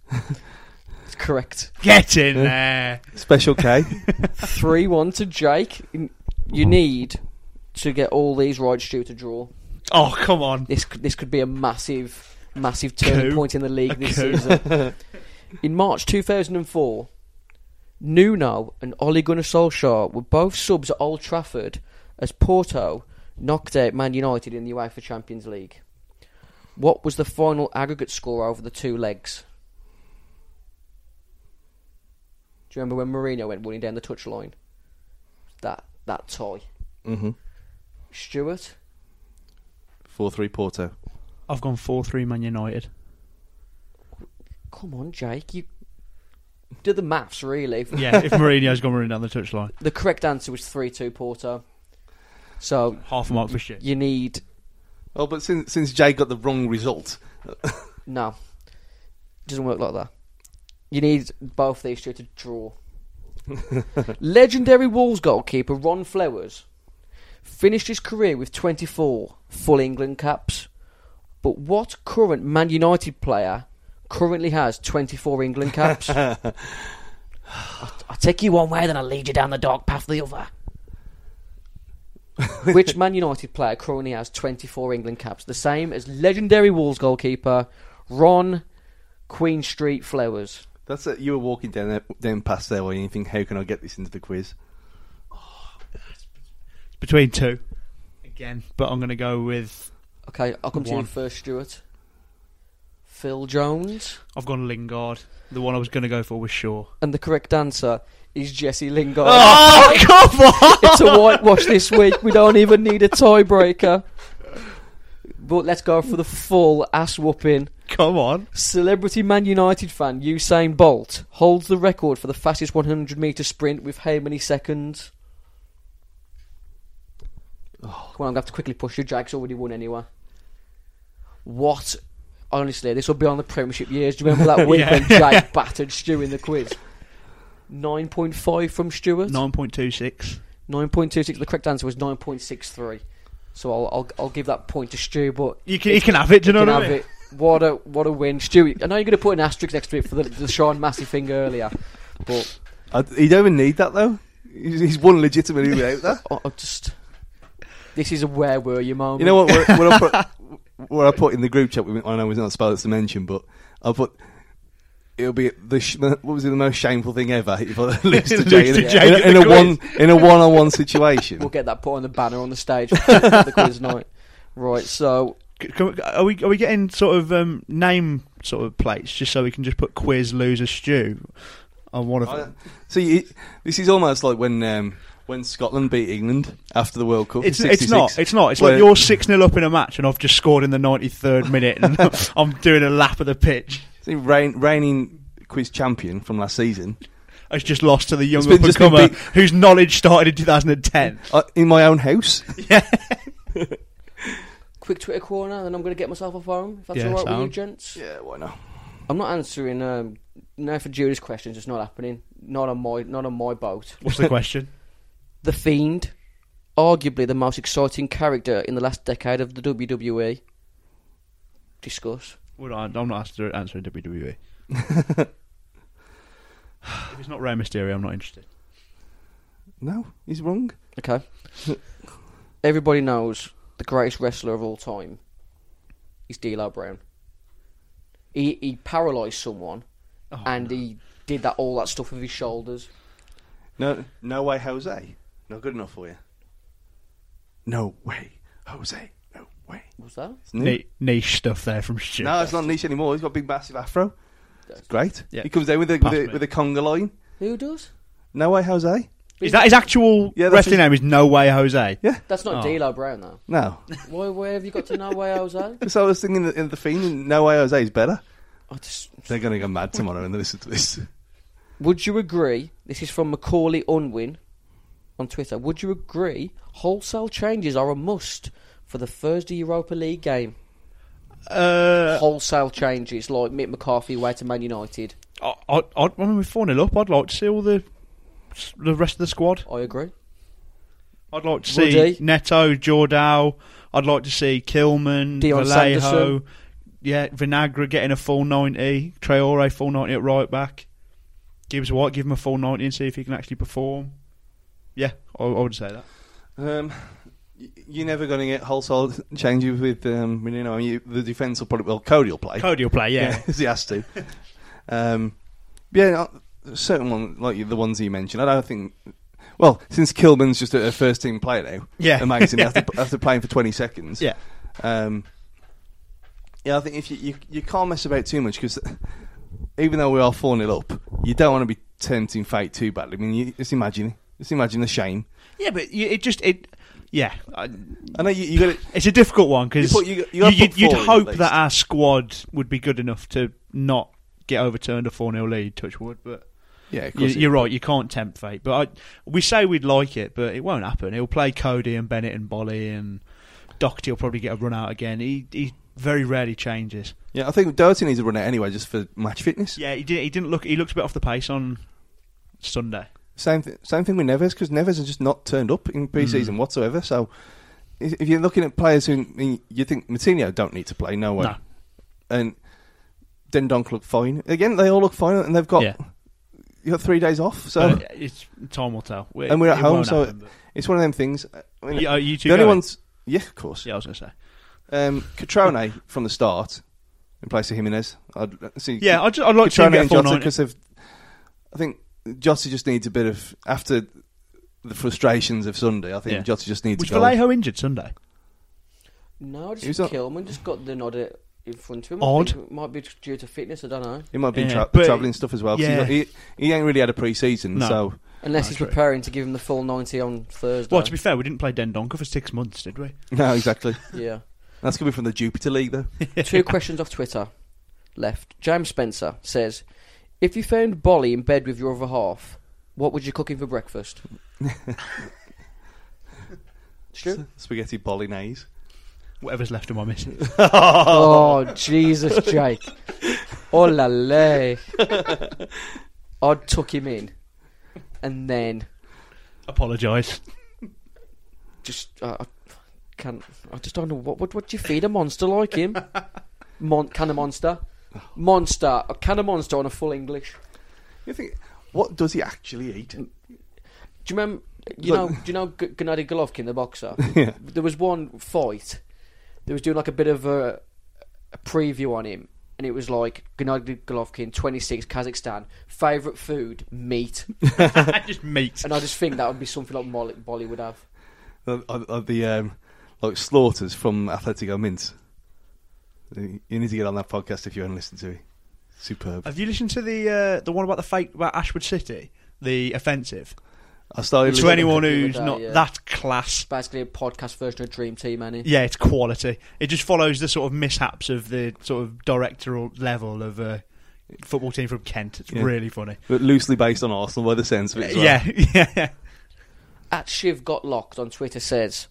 it's correct.
*laughs* Get in there.
Special K. *laughs*
Three one to Jake. In- You need to get all these right, Stu, to draw.
Oh come on.
This could, this could be a massive, massive turning
Coup.
point in the
A
league this
coup.
season. in March 2004, Nuno and Ole Gunnar Solskjaer were both subs at Old Trafford as Porto knocked out Man United in the UEFA Champions League. What was the final aggregate score over the two legs? Do you remember when Mourinho went running down the touchline? That that tie.
mm-hmm.
Stuart,
Four three Porto.
I've gone four three Man *laughs* United.
Come on, Jake. You do the maths, really.
Yeah, if Mourinho's gone running down the touchline,
*laughs* The correct answer was 3 2 Porto. So
half a mark for shit.
you need.
Oh, but since since Jay got the wrong result,
No. doesn't work like that. You need both these two to
*laughs*
draw. Legendary Wolves goalkeeper Ron Flowers finished his career with 24 full England caps. But what current Man United player currently has 24 England
*laughs*
caps? I'll, I'll take you one way, then I'll lead you down the dark path the other. *laughs* Which Man United player currently has 24 England caps? The same as legendary Wolves goalkeeper Ron Queen Street Flowers.
that's it. You were walking down there, down past there, and you think, how can I get this into the quiz?
Between two. Again. But I'm gonna go with
Okay, I'll come to you
One.
first, Stuart. Phil Jones.
I've gone Lingard. The one I was gonna go for was Shaw.
And the correct answer is Jesse Lingard. *laughs*
Oh *laughs* come on!
It's a whitewash this week. We don't even need a tiebreaker. But let's go for the full ass whooping.
Come on.
Celebrity Man United fan Usain Bolt holds the record for the fastest 100 metre sprint with how many seconds? Oh, Come on, I'm going to have to quickly push you. Jack's already won anyway. What? Honestly, this will be on the Premiership years. Do you remember that week when Jack battered Stu in the quiz? 9.5 from Stuart?
Nine point two six.
9.26. The correct answer was 9.63. So I'll, I'll, I'll give that point to Stu, but
You can you can have it, do you know
can
what I
have
mean?
it. What a what a win, Stewie. I know you're going to put an asterisk next to it for the, the Sean Massey thing earlier, but
I, he don't even need that though. He's, he's one legitimately without that.
I, I just this is a where were you moment.
You know what? What, what, I, put, what I put in the group chat, we- I know we're not supposed to mention, but I put it'll be the sh- what was it, the most shameful thing ever if I *laughs* lose to
Lose
Jay in,
to
a-
Jay
in a-
at the
in a
quiz.
one in a one on one situation.
We'll get that put on the banner on the stage for the
*laughs*
quiz night. Right, so
C- Can we, are we are we getting sort of um, name sort of plates just so we can just put quiz loser stew on one of
I-
them?
So you, this is almost like when um, when Scotland beat England after the World Cup. in
It's, it's not.
66.
It's not. It's
Where-
like you're six 0 up in a match, and I've just scored in the ninety third minute,
*laughs*
and *laughs* I'm doing a lap of the pitch.
See, reign, reigning quiz champion from last season.
Has just lost to the young
It's been-
up and
just been
comer
beat-
whose knowledge started
*laughs*
in 2010.
Uh, in my own house.
quick Twitter corner, and I'm going to get myself off home. If that's
Yeah,
all right with
sound.
you, gents.
Yeah, why not?
I'm not answering um, no for Judas questions. It's not happening. Not on my not on my boat.
What's the question?
The Fiend, arguably the most exciting character in the last decade of the WWE. Discuss.
well, I, I'm not asked to answer
*laughs*
WWE. if it's not Rey Mysterio, I'm not interested.
No, he's wrong.
*laughs* Okay. Everybody knows the greatest wrestler of all time is D'Lo Brown. He he paralysed someone, and he did that all that stuff with his shoulders.
No, no way, Jose. Not good enough for you. No way, Jose. No way.
Was that?
It's new.
Ni- niche stuff there from Stu.
No, it's not niche anymore. He's got a big, massive afro. It's great.
Yeah.
He comes down with a,
Pass
with a,
me.
with a conga line.
Who does?
No way, Jose.
Is that his actual
Yeah, that's his-
wrestling name? Is No Way Jose?
Yeah.
That's not
Oh.
D'Lo Brown though.
*laughs*
No.
Why? Where have you got to know where Jose?
so I was thinking in the, in the Fiend, and No way, Jose is better.
I just,
They're going to go mad tomorrow and listen to this.
would you agree? This is from Macaulay Unwin on Twitter. Would you agree? Wholesale changes are a must for the Thursday Europa League game.
Uh,
Wholesale changes like Mick McCarthy away to Man United.
I, I, I, when we're 4 0 up, I'd like to see all the the rest of the squad.
I agree.
I'd like to
Would
see
he?
Neto, Jordao. I'd like to see Kilman,
Deion
Vallejo.
Sanderson.
Yeah, Vinagre getting a full 90. Traore, full 90 at right back. Gibbs White, give him a full 90 and see if he can actually perform. Yeah, I, I would say that.
Um, y- you're never going to get wholesale changes with, um, you know, you, the defence will probably, well, Cody will play.
Cody will play, yeah. *laughs*
'cause *laughs* he has to. um, yeah, no, certain one like the ones you mentioned. I don't think. Well, since Kilman's just a, a first team player now,
Yeah.
amazing after,
*laughs*
after playing for twenty seconds.
Yeah.
um, yeah. I think if you you, you can't mess about too much because even though we are four 0 up, you don't want to be tempting fate too badly. I mean, you, just imagine it. Just imagine the shame.
Yeah, but you, it just. it. Yeah, I,
I know you, you got it.
It's a difficult one because
You
you
put- you- you gotta put
would
forward,
hope
at least.
that our squad would be good enough to not get overturned a 4 0 lead, touch wood, but.
Yeah, of
You,
course it-
you're right. You can't tempt fate, but I, we say we'd like it, but it won't happen. He'll play Cody and Bennett and Bolly and Doherty will probably get a run out again. He he very rarely changes.
Yeah, I think Doherty needs to run out anyway, just for match fitness.
Yeah, he didn't. He didn't look. He looks a bit off the pace on Sunday.
Same th- same thing with Neves because Neves has just not turned up in pre-season
Mm.
whatsoever. So if if you're looking at players who I mean, you think Matinho don't need to play, no way.
No.
And then Donk look fine again. They all look fine, and they've got
Yeah.
you got three days off. So
Uh, it's time will tell. We-
and we're at
it
home,
won't
so
happen, but-
it's one of them things. I mean,
You- are you two
the only
going?
ones, yeah, of course.
yeah, I was gonna say.
Um, Catrone from the start in place of Jimenez. I'd uh, see.
Yeah, I'd, ju- I'd like to see
Petrone
him get a
and
full
Jota
90.
because of I think Jota just needs a bit of after the frustrations of Sunday. I think
Yeah.
Jota just needs
Was
a goal.
Vallejo injured Sunday?
No, I just
He was
think
on-
Kilman just got the nod at- in front of him.
Odd.
I think it might be just due to fitness. I don't know.
It might be
Yeah,
tra-
but-
travelling stuff as well. 'cause
yeah.
He, he, he ain't really had a pre-season,
No.
so
Unless he's
true.
preparing to give him the full ninety on Thursday.
Well, to be fair, we didn't play Dendonka for six months, did we?
no, exactly.
yeah.
That's coming from the Jupiter League,
*laughs*
though.
Two questions off Twitter left. James Spencer says, "If you found Bolly in bed with your other half, what would you cook him for breakfast?" Stu?
Spaghetti bolognese.
Whatever's left of my missing. *laughs*
Oh, Jesus, Jake! Oh la la! I'd tuck him in, and then
Apologise.
just uh, I can't. I just don't know what what what do you feed a monster like him? Mon, can a monster, monster, a can a monster on a full English.
You think what does he actually eat?
Do you remember? You know,
Look-
do you know G- Gennady Golovkin, the boxer?
*laughs* Yeah.
There was one fight. There was doing like a bit of a, a preview on him, and it was like Gennady Golovkin, 26, Kazakhstan, favorite food
*laughs*
meat,
just meat.
and I just think that would be something like Molly, Bolly would have.
Of, of- of the um, like slaughters from Atletico Mint. You need to get on that podcast if you want to listen to it. Superb.
Have you listened to the uh, the one about the fake about Ashwood City, the offensive?
I started
to
listening-
anyone
the other
who's
day,
not
yeah.
that class,
Basically, a podcast version of Dream Team, Annie.
yeah, it's quality. It just follows the sort of mishaps of the sort of directorial level of a football team from Kent. It's
Yeah.
really funny.
but loosely based on Arsenal by the sense of it. As well.
Yeah, *laughs* yeah.
At Shiv Got Locked on Twitter says,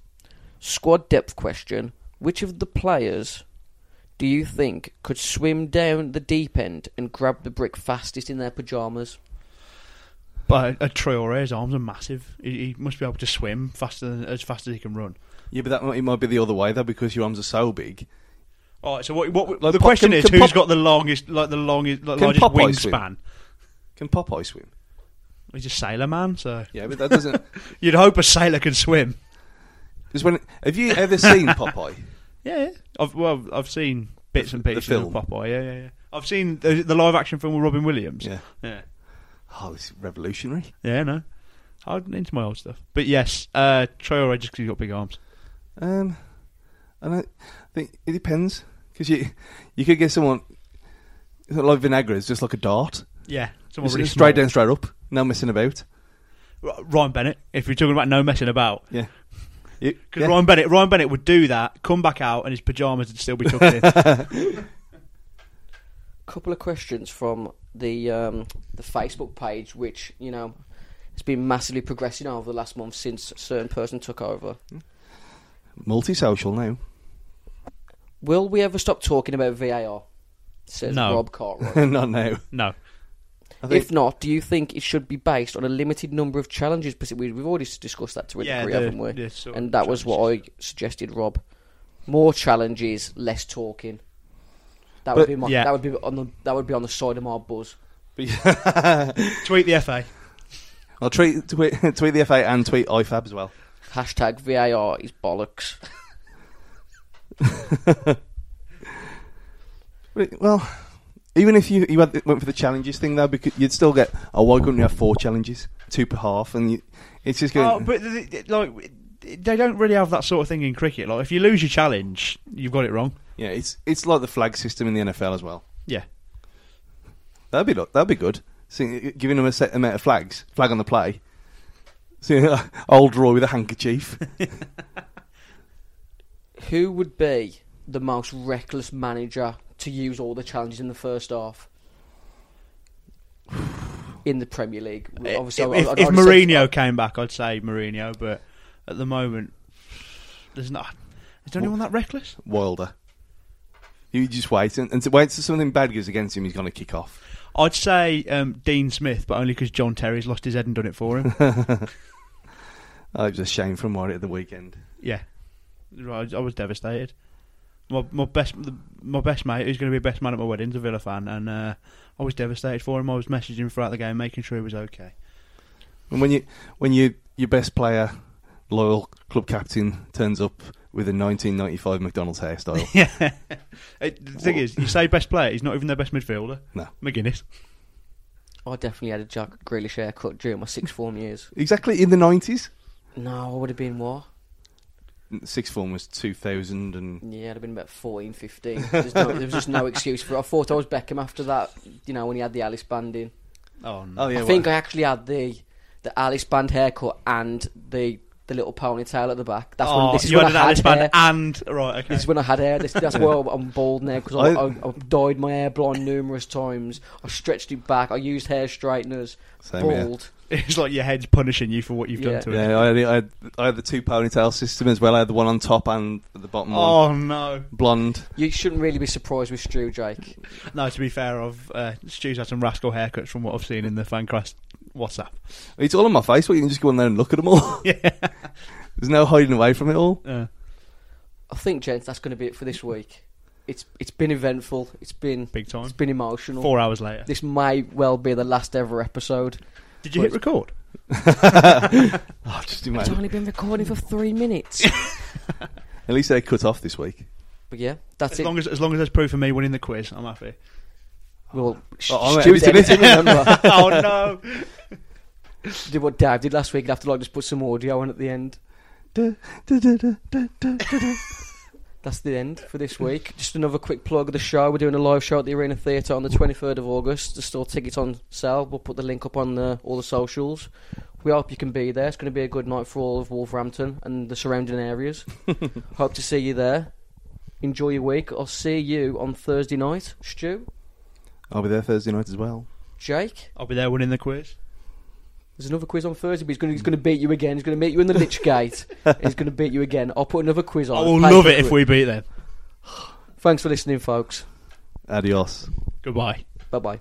squad depth question: Which of the players do you think could swim down the deep end and grab the brick fastest in their pajamas?
But a Traore's arms are massive. He, he must be able to swim faster than, as fast as he can run.
yeah, but that might, it might be the other way though because your arms are so big.
All right. So what? what
Like
the
Pop-
question
can-
is,
can
who's
Pop-
got the longest, like the longest, like,
Can
largest
Popeye swim?
wingspan?
Can Popeye swim?
He's just sailor man, so
Yeah, but that doesn't.
*laughs* you'd hope a sailor can swim.
Just when have you ever seen
*laughs*
Popeye?
Yeah, yeah. I've well, I've seen bits and pieces
film.
of Popeye. Yeah, yeah, yeah. I've seen the, the live action film with Robin Williams.
Yeah.
yeah,
Oh, it's revolutionary.
yeah. No, I'm into my old stuff. But yes, uh, Troy Ray just 'cause he's got big arms.
Um, I don't think it depends because you you could get someone like Vinagre is just like a dart,
Yeah, someone
Just
really
straight
small.
down, straight up, no messing about.
R- Ryan Bennett. If you're talking about no messing about,
Yeah, You-
because
yeah.
Ryan Bennett, Ryan Bennett would do that, come back out, and his pajamas would still be tucked in.
*laughs*
couple of questions from the um, the Facebook page, which you know has been massively progressing over the last month since a certain person took over.
multisocial now. *laughs*
Will we ever stop talking about VAR? Says
No.
Rob Cartwright.
Not now.
No,
*laughs* I think
if not, do you think it should be based on a limited number of challenges? Because we- we've already discussed that to a
Yeah,
degree,
the-
haven't we?
the sort of
and that was what I suggested, Rob. More challenges, less talking. That would
But-
be my,
Yeah.
that would be on the that would be on the side of my buzz.
tweet the FA.
*laughs* I'll tweet, tweet tweet the FA and tweet IFAB as well.
Hashtag VAR is bollocks.
But, Well, even if you you had, went for the challenges thing though, because you'd still get oh why couldn't you have four challenges, two per half, and you, it's just going.
Oh, but th- th- like they don't really have that sort of thing in cricket. Like if you lose your challenge, you've got it wrong.
yeah, it's it's like the flag system in the NFL as well.
Yeah.
That'd be lo- that'd be good. See, giving them a set amount of flags, flag on the play. See, *laughs* old draw with a handkerchief. *laughs*
Who would be the most reckless manager to use all the challenges in the first half? *sighs* In the Premier League, obviously, I-
Eh, if,
I- I'd
if
already said-
Mourinho came back, I'd say Mourinho, but at the moment, there's not. Is anyone that reckless?
Wilder. You just wait and, and to wait till something bad goes against him. He's going to kick off.
I'd say um, Dean Smith, but only because John Terry's lost his head and done it
*laughs*
for him.
Oh, it was a shame from Warrior at the weekend.
yeah, right. I was devastated. My my best the- my best mate, who's going to be best man at my wedding's a Villa fan, and uh, I was devastated for him. I was messaging him throughout the game, making sure he was okay.
And when you when you your best player, loyal club captain, turns up with a 1995
*laughs*
McDonald's hairstyle.
*laughs* Yeah. It- the thing is, you say best player, he's not even their best midfielder.
No.
McGuinness.
I definitely had a Jack Grealish haircut during my sixth form years.
exactly in the 90s.
No, I would have been what?
Sixth form was 2000 and
Yeah, I'd have been about 14, 15. There's no, there was just no excuse for it. I thought I was Beckham after that, you know, when he had the Alice band in.
Oh, no.
oh yeah.
I think
well,
I actually had the the Alice band haircut and the the little ponytail at the back. That's when this is
Oh, you
when
had an
I had
Alice band
hair.
and. Right, okay.
This is when I had hair. This,
*laughs*
that's why I'm bald now because I, I, I dyed my hair blonde numerous times. I stretched it back. I used hair straighteners.
Same here.
bald.
*laughs* It's like your head's punishing you for what you've
Yeah.
done to it.
yeah, I had, I, had, I had the two ponytail system as well. I had the one on top and the bottom one.
Oh, no.
blonde.
You shouldn't really be surprised with Stu Jake.
No, to be fair, I've, uh, Stu's had some rascal haircuts from what I've seen in the Fancrest WhatsApp.
It's all on my Facebook. You can just go in there and look at them all.
*laughs*
*laughs*
Yeah.
There's no hiding away from it all.
Uh,
I think, gents, that's going to be it for this week. It's it's been eventful. It's been
big time.
it's been emotional.
Four hours later.
This may well be the last ever episode.
Did you hit record?
Oh, just
It's
imagine.
only been recording for three
*laughs*
minutes.
At least they cut off this week.
but yeah, that's
As
it.
long as, as long as there's proof of me winning the quiz,
*laughs*
I'm happy.
Well, sh-
Oh, I'm
Stu's
editing it.
editing,
*laughs*
remember?
oh, no.
Did what Dave did last week. He'll have to like just put some audio on at the end.
Du- du- du- du- du- du- du- du.
That's the end for this week. Just another quick plug of the show. We're doing a live show at the Arena Theatre on the 23rd of August. There's still tickets on sale. We'll put the link up on the, all the socials. We hope you can be there. It's going to be a good night for all of Wolverhampton and the surrounding
*laughs*
areas. hope to see you there. Enjoy your week. I'll see you on Thursday night. Stu,
I'll be there Thursday night as well.
Jake,
I'll be there winning the quiz.
there's another quiz on Thursday, but he's going to, he's going to beat you again. He's going to meet you in the Lich
*laughs*
Gate. he's going to beat you again. I'll put another quiz on.
I will
Pay
love
for
it if
quiz.
we beat them.
Thanks for listening, folks.
Adios.
Goodbye.
Bye bye.